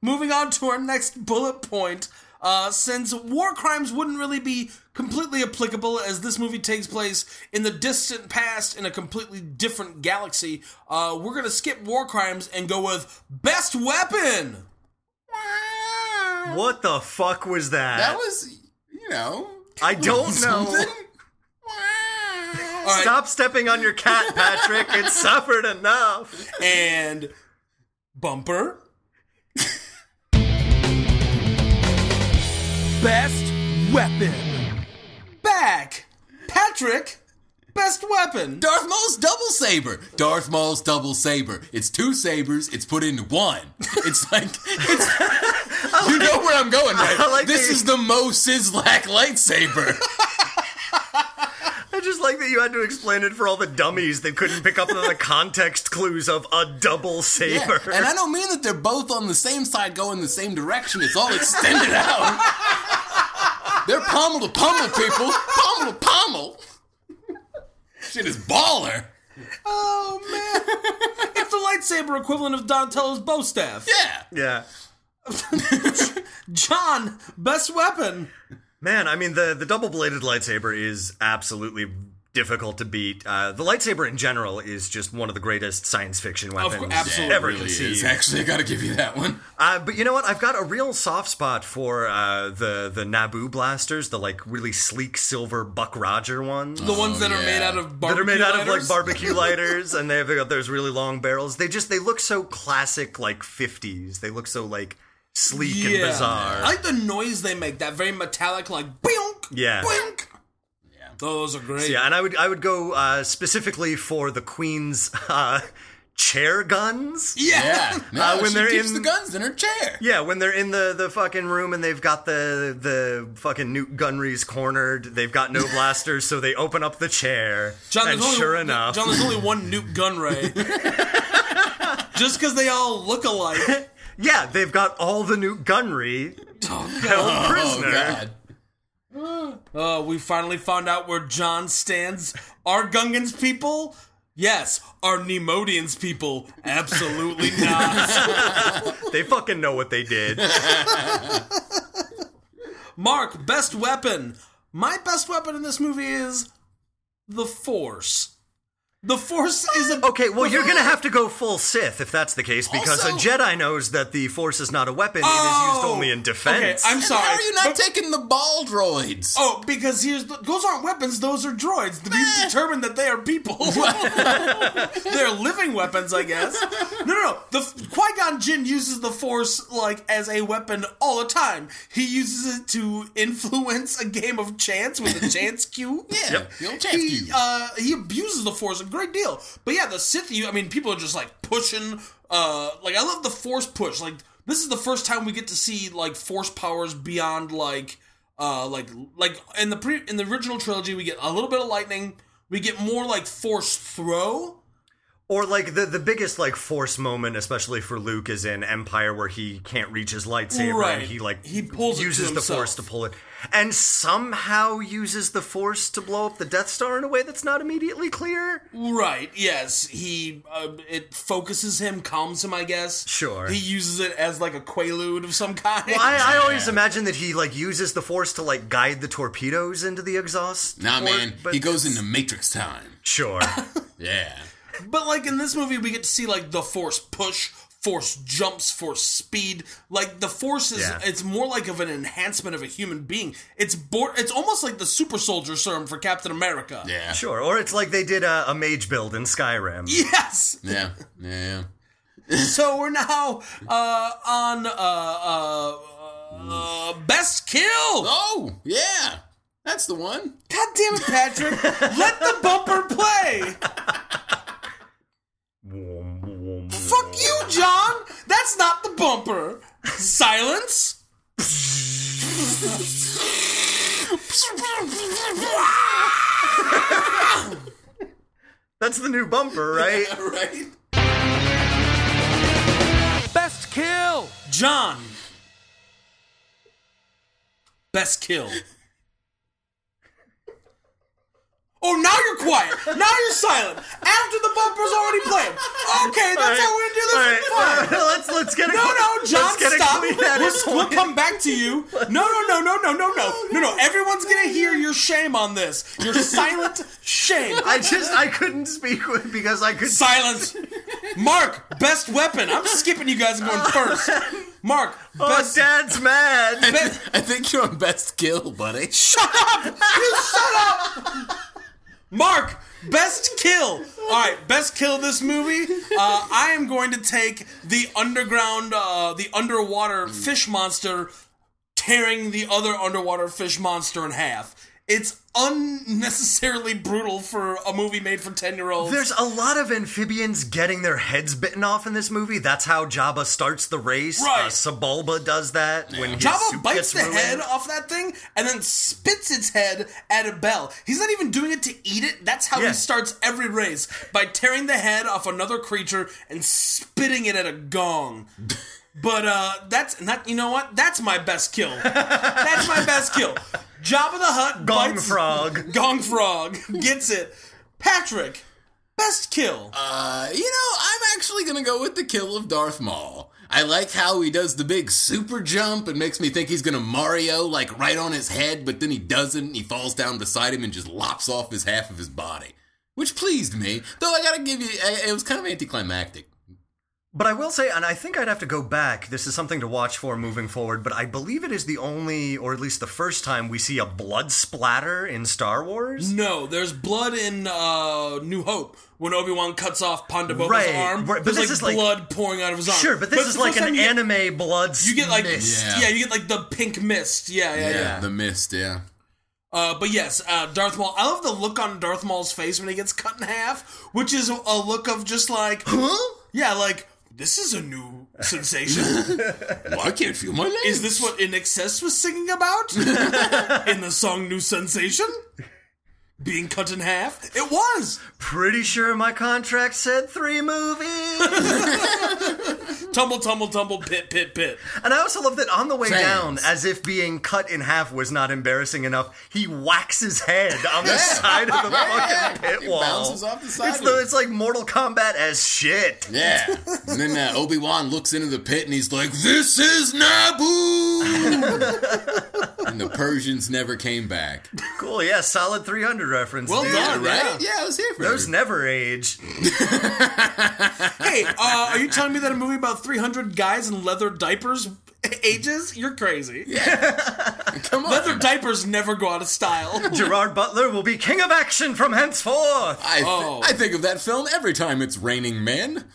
Moving on to our next bullet point. Uh, since war crimes wouldn't really be completely applicable as this movie takes place in the distant past in a completely different galaxy, uh, we're going to skip war crimes and go with best weapon. What the fuck was that? That was, you know, I don't know. something. All right, Stop stepping on your cat, Patrick. it suffered enough. and bumper. best weapon. Back. Patrick, best weapon. Darth Maul's double saber. Darth Maul's double saber. It's two sabers. It's put into one. It's like it's. you know where I'm going, right? I like this the- is the Mo Sizlak lightsaber. I just like that you had to explain it for all the dummies that couldn't pick up on the context clues of a double Yeah, saber. And I don't mean that they're both on the same side going the same direction. It's all extended out. they're pommel to pommel, people. Pommel to pommel. Shit is baller. Oh man! it's the lightsaber equivalent of Donatello's bow staff. Yeah. yeah. John, best weapon. Man, I mean the the double bladed lightsaber is absolutely difficult to beat. Uh, the lightsaber in general is just one of the greatest science fiction course, weapons absolutely. ever It really conceived. is. Actually, I gotta give you that one. Uh, but you know what? I've got a real soft spot for uh, the the Naboo blasters, the like really sleek silver Buck Roger ones. The ones that are yeah. made out of Oh, that are barbecue made out of like lighters. barbecue lighters, and they've got those really long barrels. They just they look so classic, like fifties. They look so like sleek and Yeah. bizarre. I like the noise they make. That very metallic, like boink, Yeah. boink. Those are great. Yeah, and I would I would go uh, specifically for the Queen's uh, chair guns. Yeah. Yeah. No, Uh, when when she they're keeps in- the guns in her chair. Yeah, when they're in the, the fucking room and they've got the the fucking Newt Gunry's cornered, they've got no blasters, so they open up the chair. John, and there's only, sure enough, John, there's only one Newt Gunray. Just because they all look alike. yeah, they've got all the Newt Gunry Oh, held God. Oh prisoner. God. Uh, we finally found out where John stands. Are Gungans people? Yes. Are Nemodians people? Absolutely not. They fucking know what they did. Mark, best weapon. My best weapon in this movie is the Force. The Force is a Okay, well, you're gonna have to go full Sith if that's the case, because Also- a Jedi knows that the Force is not a weapon; it is used Oh! only in defense. Okay, I'm And sorry. How are you not but- taking the ball droids? Oh, because here's the, those aren't weapons; those are droids. We've determined that they are people. They're living weapons, I guess. No, no, no. The Qui Gon Jinn uses the Force like as a weapon all the time. He uses it to influence a game of chance with a chance cue. yeah. The old chance He, cube. uh, he abuses the force. great deal. But yeah, the Sith, you, I mean, people are just like pushing. Uh, like I love the Force push. Like this is the first time we get to see like Force powers beyond like, uh, like like in the pre in the original trilogy we get a little bit of lightning. We get more like Force throw. Or like the the biggest like force moment, especially for Luke, is in Empire where he can't reach his lightsaber Right. and he like He pulls it to uses the himself. force to pull it, and somehow uses the force to blow up the Death Star in a way that's not immediately clear. Right. Yes. He uh, it focuses him, calms him. I guess. Sure. He uses it as like a quaalude of some kind. I, I always imagine that he like uses the force to like guide the torpedoes into the exhaust. Nah, port, man, but- he goes into Matrix time. Sure. Yeah. But like in this movie, we get to see like the force push, force jumps, force speed. Like the force is Yeah. it's more like of an enhancement of a human being. It's bor- It's almost like the super soldier serum for Captain America. Yeah. sure. Or it's like they did a, a mage build in Skyrim. Yes. Yeah. Yeah. yeah. so we're now uh, on uh, uh, uh, best kill. Oh, yeah. That's the one. God damn it, Patrick! Let the bumper play. Fuck you, John! That's not the bumper! Silence! That's the new bumper, right? right? Best kill! John! Best kill. Oh, now you're quiet! Now you're silent! After the bumper's already played! Okay, that's how we're gonna do this! All right, Fine. uh, let's let's get a No, no, let's John, get a stop. clean edit We'll, we'll point. come back to you. No, no, no, no, no, no, no, no, no. Everyone's gonna hear your shame on this. Your silent shame. I just I couldn't speak with because I could. Silence. Mark, best weapon. I'm skipping you guys and going first. Mark, Oh, best. Dad's mad. best- I think you're on best kill, buddy. shut up! You shut up! Mark, best kill. All right, best kill this movie. Uh, I am going to take the underground, uh, the underwater fish monster tearing the other underwater fish monster in half. It's unnecessarily brutal for a movie made for ten year olds. There's a lot of amphibians getting their heads bitten off in this movie. That's how Jabba starts the race. Right. Uh, Sebulba does that when his Jabba soup bites gets the ruined. head off that thing and then spits its head at a bell. He's not even doing it to eat it. That's how Yeah. he starts every race by tearing the head off another creature and spitting it at a gong. but uh, that's not. You know what? That's my best kill. that's my best kill. Jabba the Hutt Gong bites frog. Gong frog gets it. Patrick, best kill. Uh, you know, I'm actually gonna go with the kill of Darth Maul. I like how he does the big super jump and makes me think he's gonna Mario like right on his head, but then he doesn't. And he falls down beside him and just lops off his half of his body, which pleased me. Though I gotta give you, I, it was kind of anticlimactic. But I will say, and I think I'd have to go back. This is something to watch for moving forward. But I believe it is the only, or at least the first time, we see a blood splatter in Star Wars. No, there's blood in uh, New Hope when Obi Wan cuts off Ponda Boba's Right, arm. right, but there's this like is like- blood pouring out of his arm. Sure, but this it's is the like first an time you get- anime blood. You get like mist. yeah. you get like the pink mist. Yeah, yeah, yeah. the mist. Yeah, Uh, but yes, uh, Darth Maul. I love the look on Darth Maul's face when he gets cut in half, which is a look of just like, Huh? yeah, like this is a new sensation. well, I can't feel my legs. is this what In Excess was singing about in the song "New Sensation"? Being cut in half, it was. Pretty sure my contract said three movies. Tumble, tumble, tumble, pit, pit, pit. and I also love that on the way Fans. down, as if being cut in half was not embarrassing enough, he whacks his head on the side of the fucking pit It wall. bounces off the side It's, of the- it. it's like Mortal Kombat as shit. Yeah. And then uh, Obi Wan looks into the pit and he's like, This is Naboo! and the Persians never came back. Cool, yeah, solid 300 reference. Well dude. done. All right? Yeah, I was here for Those it. never age. Hey, uh, are you telling me that a movie about 300 guys in leather diapers ages? You're crazy. Come on. Leather diapers never go out of style. Gerard Butler will be king of action from henceforth. I, th- Oh. I think of that film every time it's raining men.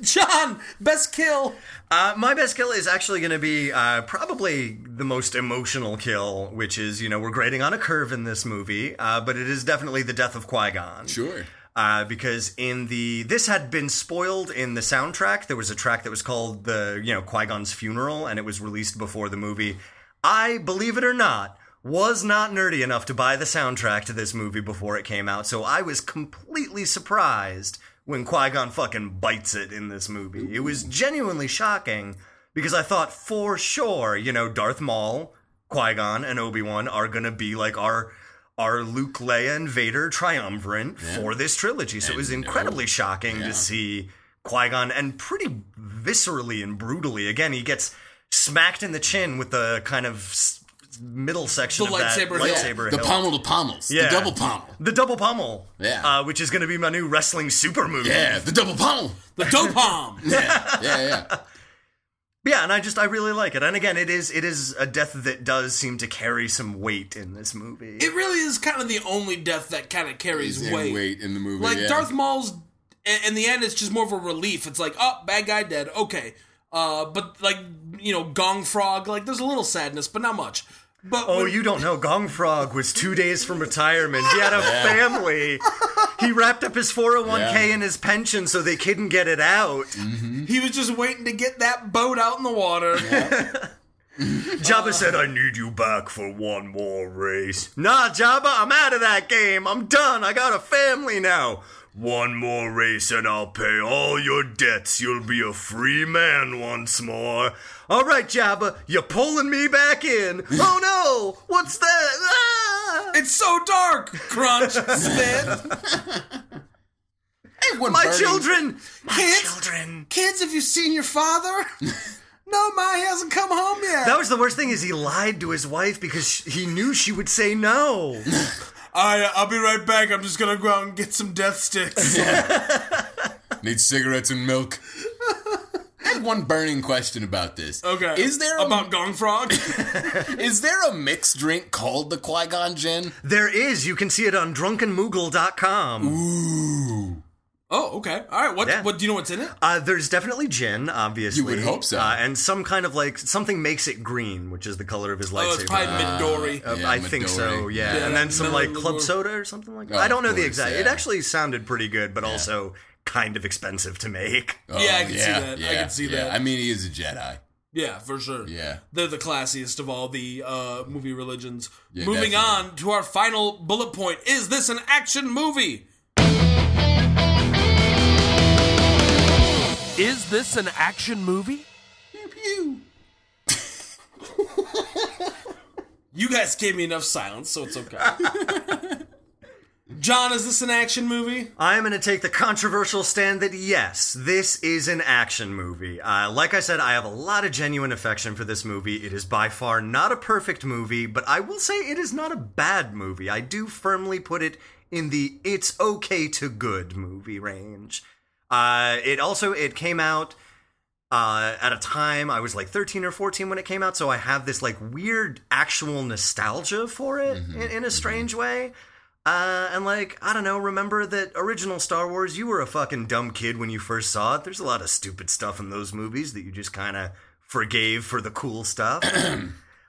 John, best kill. Uh, my best kill is actually going to be uh, probably the most emotional kill, which is, you know, we're grading on a curve in this movie, uh, but it is definitely the death of Qui Gon. Sure. Uh, because in the this had been spoiled in the soundtrack. There was a track that was called the you know Qui Gon's funeral, and it was released before the movie. I believe it or not, was not nerdy enough to buy the soundtrack to this movie before it came out, so I was completely surprised when Qui Gon fucking bites it in this movie. It was genuinely shocking because I thought for sure you know Darth Maul, Qui Gon, and Obi Wan are gonna be like our are Luke, Leia, and Vader triumvirate for this trilogy. So it was uh, incredibly shocking to see Qui Gon and pretty viscerally and brutally. Again, he gets smacked in the chin with the kind of s- middle section The of that lightsaber hilt. lightsaber the hilt. pommel to pommels. Yeah. The double pommel. The double pommel. Yeah. Uh, which is going to be my new wrestling super move. Yeah, the double pommel. The dopam. Yeah, yeah, yeah. But yeah, and I just I really like it. And again, it is it is a death that does seem to carry some weight in this movie. It really is kind of the only death that kind of carries And weight. weight in the movie. Like yeah. Darth Maul's, in in the end, it's just more of a relief. It's like, oh, bad guy dead. Okay. Uh, but like you know, Gong Frog. Like there's a little sadness, but not much. But Oh, when- you don't know. Gong Frog was two days from retirement. He had a family. He wrapped up his 401k Yeah. and his pension so they couldn't get it out. he was just waiting to get that boat out in the water. Jabba said, I need you back for one more race. Nah, Jabba, I'm out of that game. I'm done. I got a family now. One more race and I'll pay all your debts. You'll be a free man once more. All right, Jabba, you're pulling me back in. Oh no! What's that? Ah! It's so dark. Crunch, spit. Hey, one My burning- children! Kids? Children! Kids, have you seen your father? no, Ma, he hasn't come home yet. That was the worst thing is he lied to his wife because sh- he knew she would say no. I, uh, I'll be right back. I'm just gonna go out and get some death sticks. Need cigarettes and milk. I had one burning question about this. Okay. Is there a, about Gong Frog? is there a mixed drink called the Qui Gon Gin? there is, you can see it on drunkenmoogle.com. Ooh. oh, okay. All right. What? Yeah. What do you know? What's in it? Uh, there's definitely gin, obviously. You would hope so. Uh, and some kind of like something makes it green, which is the color of his Oh, lightsaber. it's probably Midori. Uh, Yeah, I think so, Midori. yeah. Yeah, and then some like club Midori. soda or something like that. Oh, I don't know of the course, exact. It yeah. actually sounded pretty good, but also kind of expensive to make. Oh, Yeah, I can see that. I can see yeah. that. I mean, he is a Jedi. Yeah, for sure. Yeah. They're the classiest of all the uh, movie religions. Yeah, Moving definitely. on to our final bullet point. Is this an action movie? Is this an action movie? You guys gave me enough silence, so it's okay. John, is this an action movie? I'm going to take the controversial stand that yes, this is an action movie. Uh, like I said, I have a lot of genuine affection for this movie. It is by far not a perfect movie, but I will say it is not a bad movie. I do firmly put it in the it's okay to good movie range. Uh, it also it came out uh, at a time I was like 13 or 14 when it came out, so I have this like weird actual nostalgia for it Mm-hmm. in, in a strange way. Uh, and like I don't know, remember that original Star Wars? You were a fucking dumb kid when you first saw it. There's a lot of stupid stuff in those movies that you just kind of forgave for the cool stuff.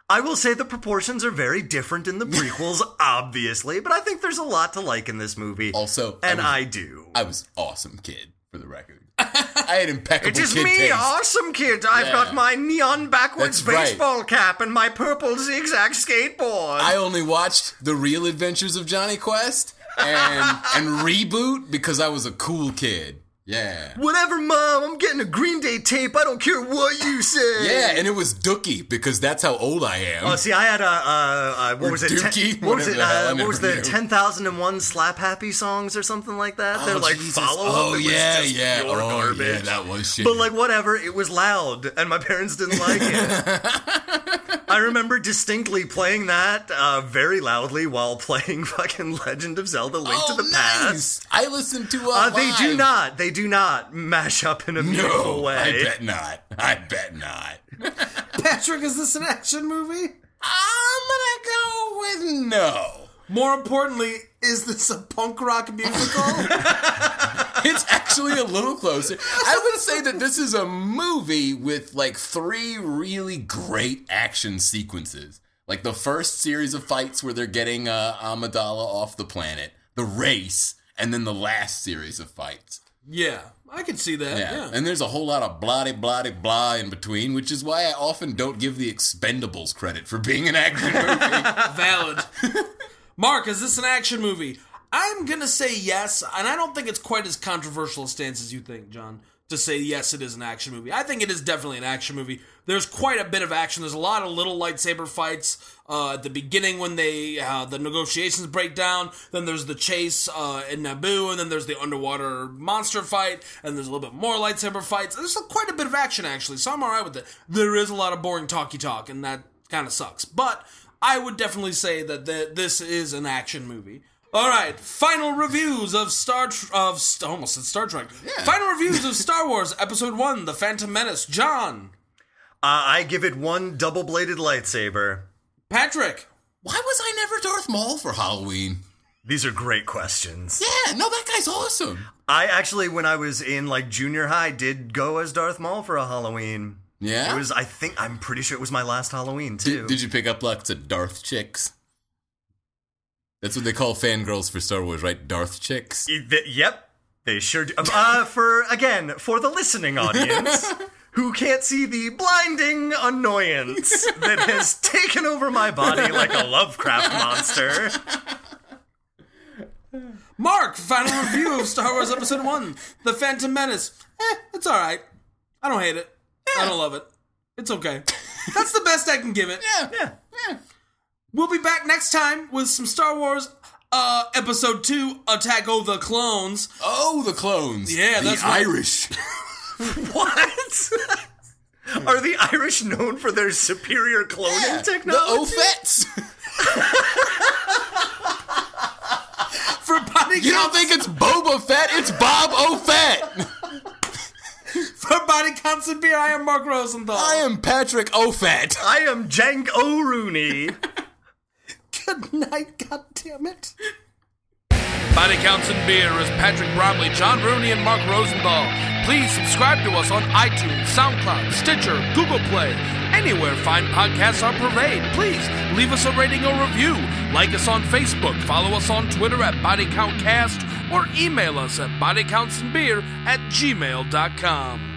I will say the proportions are very different in the prequels, obviously, but I think there's a lot to like in this movie. Also, and I I do. I was awesome kid for the record. I had impeccable It is kid me, taste. awesome kid. I've Yeah. got my neon backwards That's right. baseball cap and my purple zigzag skateboard. I only watched the Real Adventures of Johnny Quest and and reboot because I was a cool kid. Yeah. Whatever, mom. I'm getting a Green Day tape. I don't care what you say. Yeah, and it was Dookie because that's how old I am. Oh, see, I had a uh, uh, what was it? Dookie, ten, what was whatever it? the hell, I Uh, what was never the knew. ten thousand and one slap happy songs or something like that? They're Oh, like Jesus. follow up. Oh that was yeah, just yeah. pure Oh garbage. yeah, that was shit. But like whatever, it was loud, and my parents didn't like it. I remember distinctly playing that uh, very loudly while playing fucking Legend of Zelda: Link oh, to the Past. nice. I listened to uh, Uh, they do live. not. They do not mash up in a beautiful No, way. I bet not. I bet not. Patrick, is this an action movie? I'm gonna go with no. More importantly, is this a punk rock musical? It's actually a a little closer. I would say that this is a movie with like three really great action sequences. Like the first series of fights where they're getting uh, Amidala off the planet, the race, and then the last series of fights. Yeah, I could see that. Yeah. Yeah. And there's a whole lot of bloody, bloody, blah in between, which is why I often don't give the Expendables credit for being an action movie. Valid. Mark, is this an action movie? I'm going to say yes, and I don't think it's quite as controversial a stance as you think, John, to say yes, it is an action movie. I think it is definitely an action movie. There's quite a bit of action. There's a lot of little lightsaber fights uh, at the beginning when they uh, the negotiations break down. Then there's the chase uh, in Naboo, and then there's the underwater monster fight, and there's a little bit more lightsaber fights. There's quite a bit of action, actually, so I'm all right with it. There is a lot of boring talky talk, and that kind of sucks. But I would definitely say that th- this is an action movie. All right, final reviews of Star Tr- of St- almost said Star Trek. Final reviews of Star Wars Episode One: The Phantom Menace. John, Uh, I give it one double bladed lightsaber. Patrick, why was I never Darth Maul for Halloween? These are great questions. Yeah, no, that guy's awesome. I actually, when I was in like junior high, did go as Darth Maul for a Halloween. Yeah. It was, I think, I'm pretty sure it was my last Halloween too. Did, did you pick up lots of Darth chicks? That's what they call fangirls for Star Wars, right? Darth chicks. Y- th- Yep, they sure do. Uh, for again, for the listening audience who can't see the blinding annoyance that has taken over my body like a Lovecraft monster. Mark, final review of Star Wars Episode One: The Phantom Menace. Eh, it's all right. I don't hate it. I don't love it. It's okay. That's the best I can give it. Yeah. Yeah. We'll be back next time with some Star Wars uh, Episode Two: Attack of the Clones. Oh, the clones. Yeah, the that's what- Irish. What? Are the Irish known for their superior cloning Yeah, technology? The Ophets. For body You count, don't think it's Boba Fett? It's Bob Ophett. for body counts and beer, I am Mark Rosenthal. I am Patrick Ophett. I am Jank O'Rooney. Good night, goddammit. Body Counts and Beer is Patrick Bromley, John Rooney, and Mark Rosenthal. Please subscribe to us on iTunes, SoundCloud, Stitcher, Google Play, anywhere fine podcasts are purveyed. Please leave us a rating or review. Like us on Facebook, follow us on Twitter at Body Count Cast, or email us at bodycountsandbeer at gmail.com.